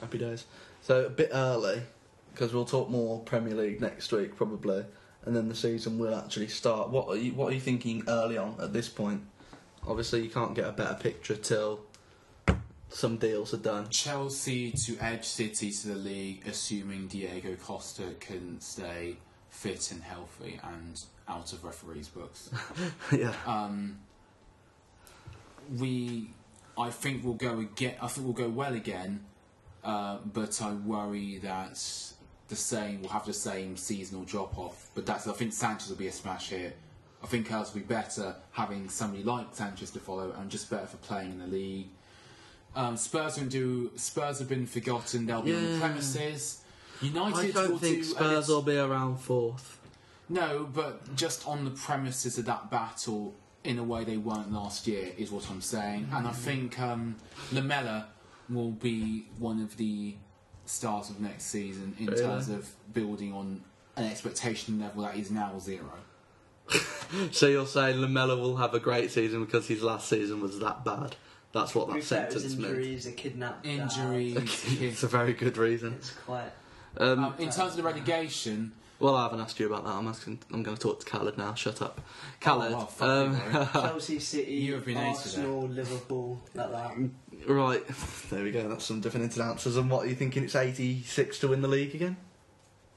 S1: Happy days. So a bit early because we'll talk more Premier League next week probably, and then the season will actually start. What are you What are you thinking early on at this point? Obviously, you can't get a better picture till some deals are done.
S2: Chelsea to edge City to the league, assuming Diego Costa can stay fit and healthy and out of referees' books.
S1: yeah,
S2: Um, we, I think we'll go again. I think we'll go well again, uh, but I worry that the same we'll have the same seasonal drop off. But that's I think Sanchez will be a smash hit. I think ours will be better having somebody like Sanchez to follow, and just better for playing in the league. Um, Spurs will do. Spurs have been forgotten. They'll be on the
S1: Yeah.
S2: premises. United
S1: I
S2: will
S1: don't think
S2: do a
S1: Spurs will
S2: little-
S1: be around fourth.
S2: no, but just on the premises of that battle, in a way they weren't last year, is what I'm saying. And
S1: Mm.
S2: I think um, Lamella will be one of the stars of next season in
S1: Really?
S2: terms of building on an expectation level that is now zero.
S1: So you're saying Lamella will have a great season because his last season was that bad. That's what
S3: To be
S1: that
S3: fair, it was
S1: sentence meant.
S3: injuries, a kidnapped dad.
S1: It's
S2: Injuries.
S1: a very good reason.
S3: It's quite.
S1: Um,
S2: um, in terms of the relegation,
S1: well, I haven't asked you about that. I'm asking. I'm going to talk to Khaled now. Shut up, Khaled. um,
S2: Oh, well, fuck you,
S3: Chelsea, City,
S2: You have been ace today.
S3: Arsenal, Liverpool, like that.
S1: um, right, there we go. That's some definitive answers. And what are you thinking? It's 86 to win the league again.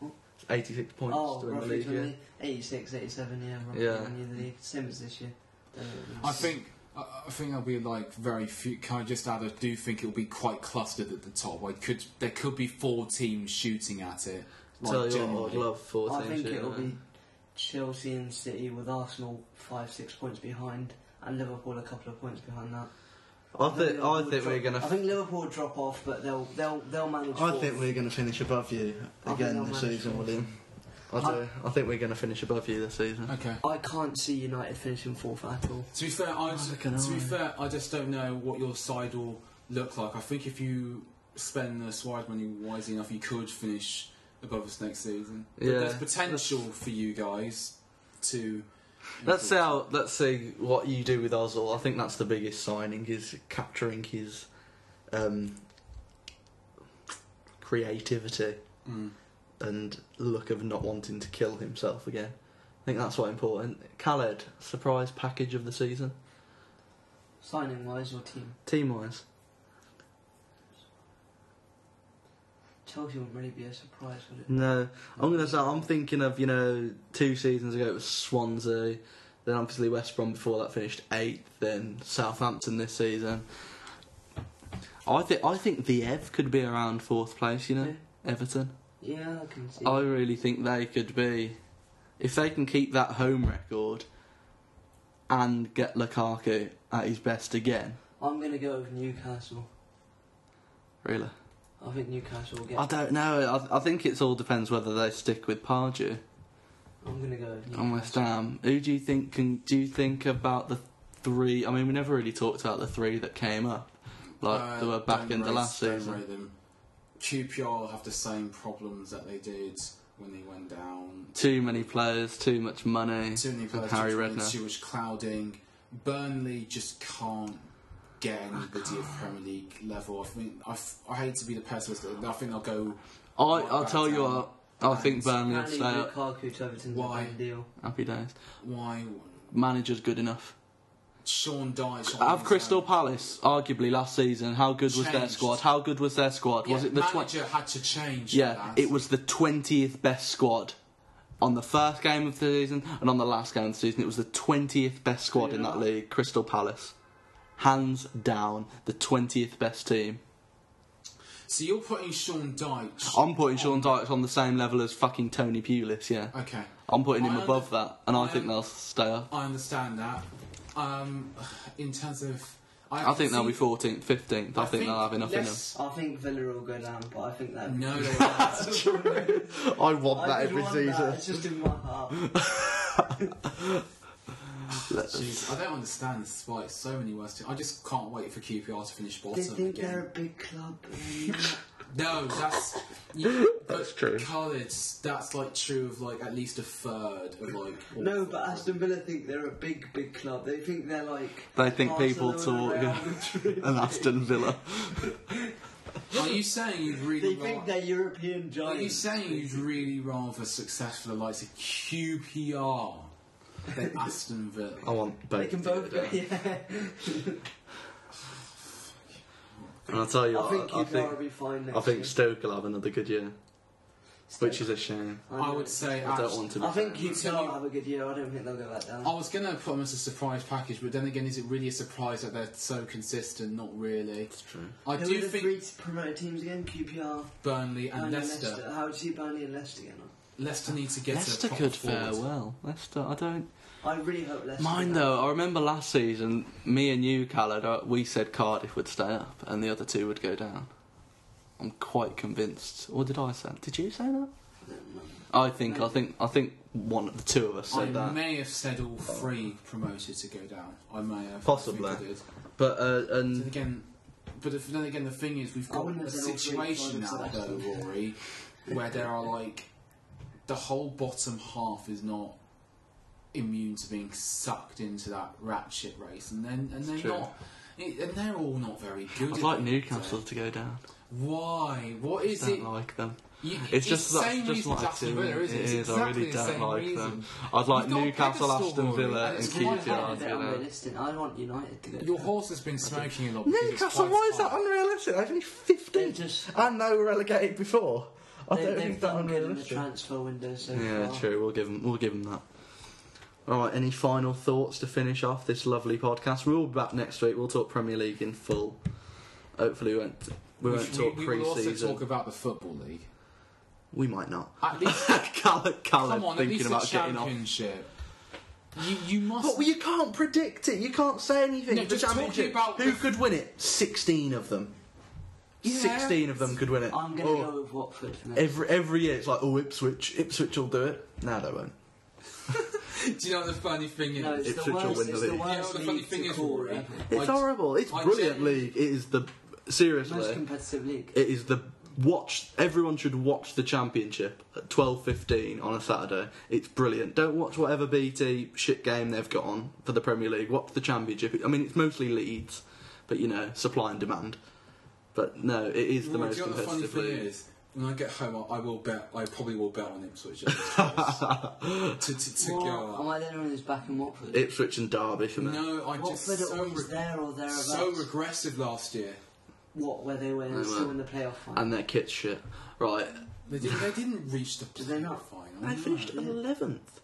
S1: It's 86 points
S3: Oh,
S1: to win the
S3: roughly
S1: league. Yeah.
S3: 20, 86, 87, yeah, roughly
S1: Yeah.
S3: when you're in the league. Same as this year. Um,
S2: I think I I think I'll be like very few. Can I just add? I do think it'll be quite clustered at the top. I could there could be four teams shooting at it. Like
S1: Tell you what,
S2: generally.
S1: I'd love four
S3: I
S1: teams.
S3: think
S1: yeah.
S3: it'll be Chelsea and City with Arsenal five, six points behind, and Liverpool a couple of points behind that.
S1: I think.
S3: Liverpool
S1: I
S3: will
S1: think
S3: drop-
S1: we're going
S3: I
S1: to.
S3: think Liverpool will drop off, but they'll they'll they'll manage.
S1: I
S3: fourth.
S1: think we're going to finish above you
S3: I think
S1: again
S3: they'll
S1: this
S3: manage
S1: season,
S3: fourth.
S1: William. I
S3: I-
S1: do. I think we're going to finish above you this season.
S2: Okay.
S3: I can't see United finishing fourth at all.
S2: To be fair, I just,
S1: Neither
S2: to
S1: can I.
S2: be fair, I just don't know what your side will look like. I think if you spend the Suarez money wisely enough, you could finish above us next season. But
S1: Yeah.
S2: there's potential for you guys to.
S1: Let's see how. Let's see what you do with Ozil. I think that's the biggest signing is capturing his um, creativity
S2: Mm.
S1: and look of not wanting to kill himself again. I think that's what important. Khaled surprise package of the season
S3: Signing wise, your team
S1: team wise.
S3: Chelsea wouldn't really be a surprise, would it?
S1: No, I'm gonna say I'm thinking of you know two seasons ago it was Swansea, then obviously West Brom before that finished eighth, then Southampton this season. I think I think the Ev could be around fourth place. You know Everton.
S3: Yeah, I can see.
S1: I really think they could be if they can keep that home record and get Lukaku at his best again.
S3: I'm gonna go with Newcastle.
S1: Really,
S3: I think Newcastle will get.
S1: I don't know. I, I think it's all depends whether they stick with Pardew.
S3: I'm gonna go with Newcastle.
S1: And West Ham. Who do you think can? Do you think about the three? I mean, we never really talked about the three that came up, like
S2: Uh,
S1: they were back
S2: don't
S1: in the
S2: rate-
S1: last
S2: don't
S1: season.
S2: rate them. QPR have the same problems that they did when they went down.
S1: Too many players, too much money.
S2: Too many players
S1: Harry
S2: Harry Redknapp.
S1: Redknapp.
S2: Too much clouding. Burnley just can't get anybody of Premier League level. I think I, f- I hate to be the pessimist, but I think they'll go.
S1: I, I'll tell you
S2: down.
S1: what. I think
S2: And
S1: Burnley will
S3: Apparently,
S1: stay up.
S3: Lukaku to Everton's a
S2: Why?
S3: done deal.
S1: Happy days.
S2: Why
S1: Manager's good enough.
S2: Sean Dyche?
S1: Have Crystal Palace, arguably last season, how good was their
S2: Changed.
S1: squad? How good was their squad? was it the twen-
S2: manager had to change?
S1: Yeah,
S2: that.
S1: it was the twentieth best squad on the first game of the season and on the last game of the season. It was the twentieth best squad in that league, Crystal Palace, hands down, the twentieth best team.
S2: So you're putting Sean Dyche.
S1: I'm putting Sean Dykes on the same level as fucking Tony Pulis, yeah.
S2: okay,
S1: I'm putting him
S2: I
S1: above that, and I
S2: I
S1: think
S2: am-
S1: they'll stay up.
S2: I understand that. Um, in terms of,
S1: I think they'll be
S2: see-
S1: 14th, 15th. I, think, they'll have enough
S2: less-
S3: I think Villa will go down, but I think that.
S2: No, they won't.
S1: in them. I want
S3: I just want That. It's just in my heart.
S2: Jeez, I don't understand this is why it's so many words. To, I just can't wait for QPR to finish
S3: They
S2: bottom
S3: think they're a
S2: again.
S3: big club. and
S2: No, that's you,
S1: That's true.
S2: College, that's like true of like at least a third of like. all-
S3: no, but Aston Villa think they're a big, big club. They think they're like.
S1: They think people
S3: Barcelona,
S1: talk, yeah.
S3: Real Madrid.
S1: And Aston Villa.
S2: Are you saying you'd
S3: They
S2: really?
S3: think
S2: Ra-
S3: they're European
S2: are you
S3: giants.
S2: saying you'd really rather successful the likes of QPR than Aston Villa?
S1: I want both.
S3: They can both go. Yeah.
S1: And I'll tell you
S3: I
S1: what,
S3: think
S1: I
S3: QPR will
S1: think,
S3: be fine next
S1: I think
S3: year.
S1: Stoke will have another good year, which is a shame.
S2: I would say
S1: I don't
S2: Ast-
S1: want to be.
S3: I think
S1: saying
S3: QPR will have a good year. I don't think they'll go back down.
S2: I was going to put them as a surprise package, but then again, is it really a surprise that they're so consistent? Not really.
S1: that's true.
S2: I
S3: Who
S2: do
S3: are the
S2: think
S3: three promoted teams again? QPR
S2: Burnley and,
S3: and
S2: Leicester.
S3: Leicester. How would you see Burnley and Leicester get on?
S2: Leicester need to get
S1: Leicester
S2: a proper
S1: could fare
S2: forward.
S1: well. Leicester, I don't
S3: I really hope Leicester.
S1: mind
S3: get on.
S1: though. I remember last season, me and you, Callard, uh, we said Cardiff would stay up and the other two would go down. I'm quite convinced. Or did I say? Did you say that? I think. I think. I think one of the two of us
S2: I
S1: said that.
S2: may have said all three promoted to go down. I may have
S1: Possibly.
S2: I think I did.
S1: But uh,
S2: Then
S1: and
S2: again, but if, then again, the thing is, we've
S3: I
S2: got
S3: wouldn't
S2: a
S3: have said all three
S2: situation now,
S3: promoted to
S2: though, Rory, where there are like the whole bottom half is not immune to being sucked into that ratchet race, and then and they're
S1: true.
S2: not. it- And they're all not very good.
S1: I'd
S2: at
S1: like
S2: it.
S1: Newcastle to go down.
S2: Why? What is it?
S1: Don't like them.
S2: You-
S1: It's just
S2: the
S1: that's
S2: same
S1: just
S2: reason
S1: what
S2: as
S1: I
S2: Aston
S1: do.
S2: Villa,
S1: It
S2: isn't it? It's
S1: is. I
S2: exactly
S1: really
S2: the
S1: don't
S2: same
S1: like
S2: reason.
S1: them. I'd like
S2: You've got a
S1: Newcastle,
S2: pedestal,
S1: Aston
S2: Rory,
S1: Villa,
S2: and
S1: and
S2: it's right
S1: QPR. to
S2: there.
S3: They're
S1: go down.
S3: unrealistic. I want United to go.
S2: Your
S3: down.
S2: horse has been smoking a lot. because it's
S1: Newcastle,
S2: quite
S1: why is that
S2: tight.
S1: unrealistic? They've only 15
S3: They just-
S1: and they were relegated before. I
S3: They,
S1: don't
S3: they've
S1: think that's
S3: done good in the
S1: unrealistic.
S3: transfer window so
S1: Yeah,
S3: far.
S1: true. We'll give them. We'll give them that. All right. Any final thoughts to finish off this lovely podcast? We'll be back next week. We'll talk Premier League in full. Hopefully, we won't. We
S2: We,
S1: won't
S2: should-
S1: talk
S2: we, we will also
S1: pre-season.
S2: talk about the football league.
S1: We might not.
S2: At least,
S1: Callum, Callum
S2: come on, at
S1: thinking
S2: least
S1: about
S2: the
S1: getting off.
S2: championship. You, you must.
S1: But you can't predict it. You can't say anything.
S2: No,
S1: the
S2: just talking
S1: championship.
S2: about-
S1: Who could win it? Sixteen of them.
S2: Yeah.
S1: Sixteen of them could win it. Oh.
S3: I'm gonna
S1: Or
S3: go with Watford. For now.
S1: Every every year, it's like oh Ipswich, Ipswich will do it. No, they won't.
S2: do you know what the funny thing is?
S3: No, it's
S1: Ipswich
S3: the
S1: will
S3: worst.
S1: win the league.
S3: it's the
S1: You
S2: you know what
S3: worst
S2: the funny
S3: league
S2: thing
S3: to
S2: is,
S3: call,
S2: Rory?
S3: right?
S1: It's
S2: I-
S1: horrible. It's
S2: I
S1: brilliant
S2: genuinely-
S1: league. It is the
S3: Most
S1: seriously.
S3: competitive league.
S1: It is the watch. Everyone should watch the championship at twelve fifteen on a Saturday. It's brilliant. Don't watch whatever BT shit game they've got on for the Premier League. Watch the championship. I mean, it's mostly Leeds, but you know, supply and demand. But no, it is the
S2: Rory,
S1: most
S2: do you know what the funny
S1: competitive
S2: thing
S1: league.
S2: is? When I get home, I, I will bet. I probably will bet on Ipswich at this place. to to, to
S3: What?
S2: go
S3: Am
S2: up.
S3: I the only one who's back in Watford?
S1: Ipswich and Derby for me.
S2: No, I just
S3: Watford are
S2: so,
S3: always
S2: re-
S3: there or thereabouts.
S2: so regressive last year.
S3: what? Where they were
S1: They
S3: still
S1: were.
S3: in the playoff final.
S1: And their kit's shit. Right,
S2: They, did, they didn't reach the
S3: Did they not?
S2: final.
S1: they finished
S3: yeah.
S1: eleventh.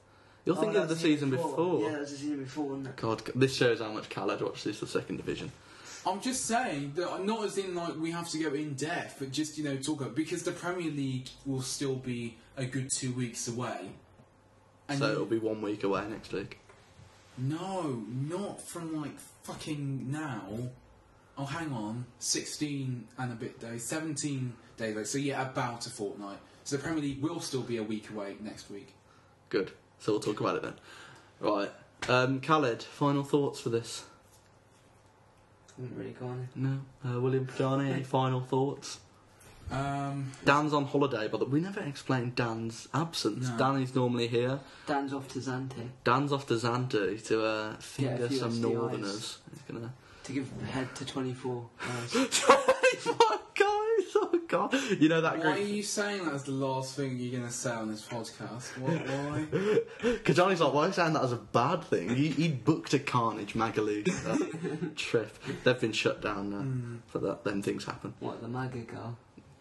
S1: You're
S3: Oh,
S1: thinking
S3: that
S1: of the
S3: was
S1: season before.
S3: Yeah, that was the season before, wasn't it?
S1: God, this shows how much Khaled watches the second division.
S2: I'm just saying that not as in like we have to go in depth, but just you know talk about because the Premier League will still be a good two weeks away. And
S1: so
S2: you-
S1: it'll be one week away next week.
S2: no, not from like fucking now. Oh, hang on, sixteen and a bit days, seventeen days away. So yeah, about a fortnight. So the Premier League will still be a week away next week.
S1: Good. So we'll talk about it then. Right. Um, Khaled, final thoughts for this?
S3: Haven't really gone.
S1: No. Uh, William Pajani, any final thoughts?
S2: Um,
S1: Dan's on holiday, but we never explained Dan's absence.
S2: No.
S1: Dan is normally here.
S3: Dan's off to Zante
S1: Dan's off to Xandu to uh, finger
S3: a few
S1: some
S3: STIs.
S1: northerners. He's gonna.
S3: to give head to 24. hours.
S1: oh, guys! Oh, God! You know that
S2: why are
S1: group.
S2: you saying that's the last thing you're gonna say on this podcast? What, why?
S1: Kajani's like, why are you saying that as a bad thing? He, he booked a carnage Magaloo uh, trip. They've been shut down now.
S2: Mm.
S1: But that, then things happen.
S3: what, the MAGA girl?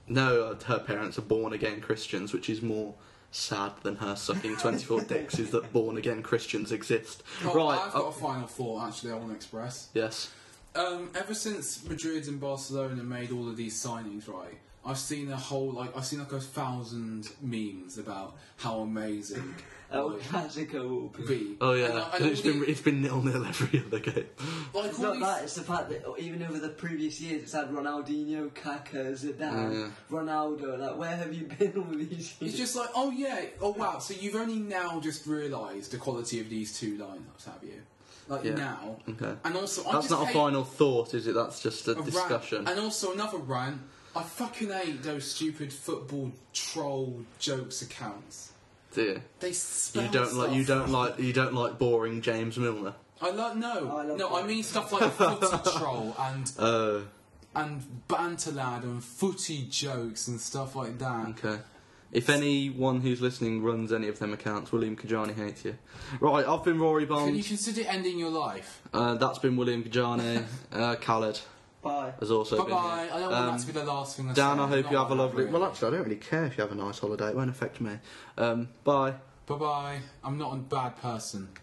S1: No, uh, her parents are born again Christians, which is more sad than her sucking 24 dicks is that born again Christians exist.
S2: Oh,
S1: right.
S2: I've got
S1: uh,
S2: a final thought actually. I want to express.
S1: yes.
S2: Um, ever since Madrid and Barcelona made all of these signings, right, I've seen a whole like I've seen like a thousand memes about how amazing
S3: El
S2: like,
S3: Clasico will be.
S2: be.
S1: Oh yeah,
S2: And,
S1: and,
S2: like, and
S1: it's
S2: all
S1: been
S2: the-
S1: it's been nil nil every other game.
S2: like,
S3: It's
S2: all
S3: not
S2: these-
S3: that, it's the fact that even over the previous years it's had Ronaldinho, Kaká, Zidane, Ronaldo, like where have you been all these years?
S2: It's just like, oh yeah, oh wow. So you've only now just realised the quality of these two lineups, have you? Like
S1: Yeah.
S2: now,
S1: Okay.
S2: and also I
S1: That's
S2: just
S1: not a
S2: hate
S1: final thought, is it? That's just a,
S2: a rant.
S1: discussion.
S2: And also another rant. I fucking hate those stupid football troll jokes accounts.
S1: Do you?
S2: They
S1: You
S2: spell
S1: don't like you
S2: stuff.
S1: don't like you don't like boring James Milner.
S2: I love no,
S3: Oh, I love
S2: no. I
S3: that.
S2: mean stuff like footy troll and
S1: Oh,
S2: and banter lad and footy jokes and stuff like that.
S1: okay. If anyone who's listening runs any of them accounts, William Kajani hates you. Right, I've been Rory
S2: Can you
S1: Bond.
S2: consider ending your life?
S1: Uh, that's been William Kajani. uh, Khaled
S3: Bye.
S1: has also
S2: Bye
S1: been. here.
S2: bye. I don't want
S1: Um,
S2: that to be the last thing I
S1: Dan,
S2: say.
S1: I hope you have a lovely.
S2: Really.
S1: Well, actually, I don't really care if you have a nice holiday. It won't affect me. Um, bye.
S2: Bye bye. I'm not a bad person.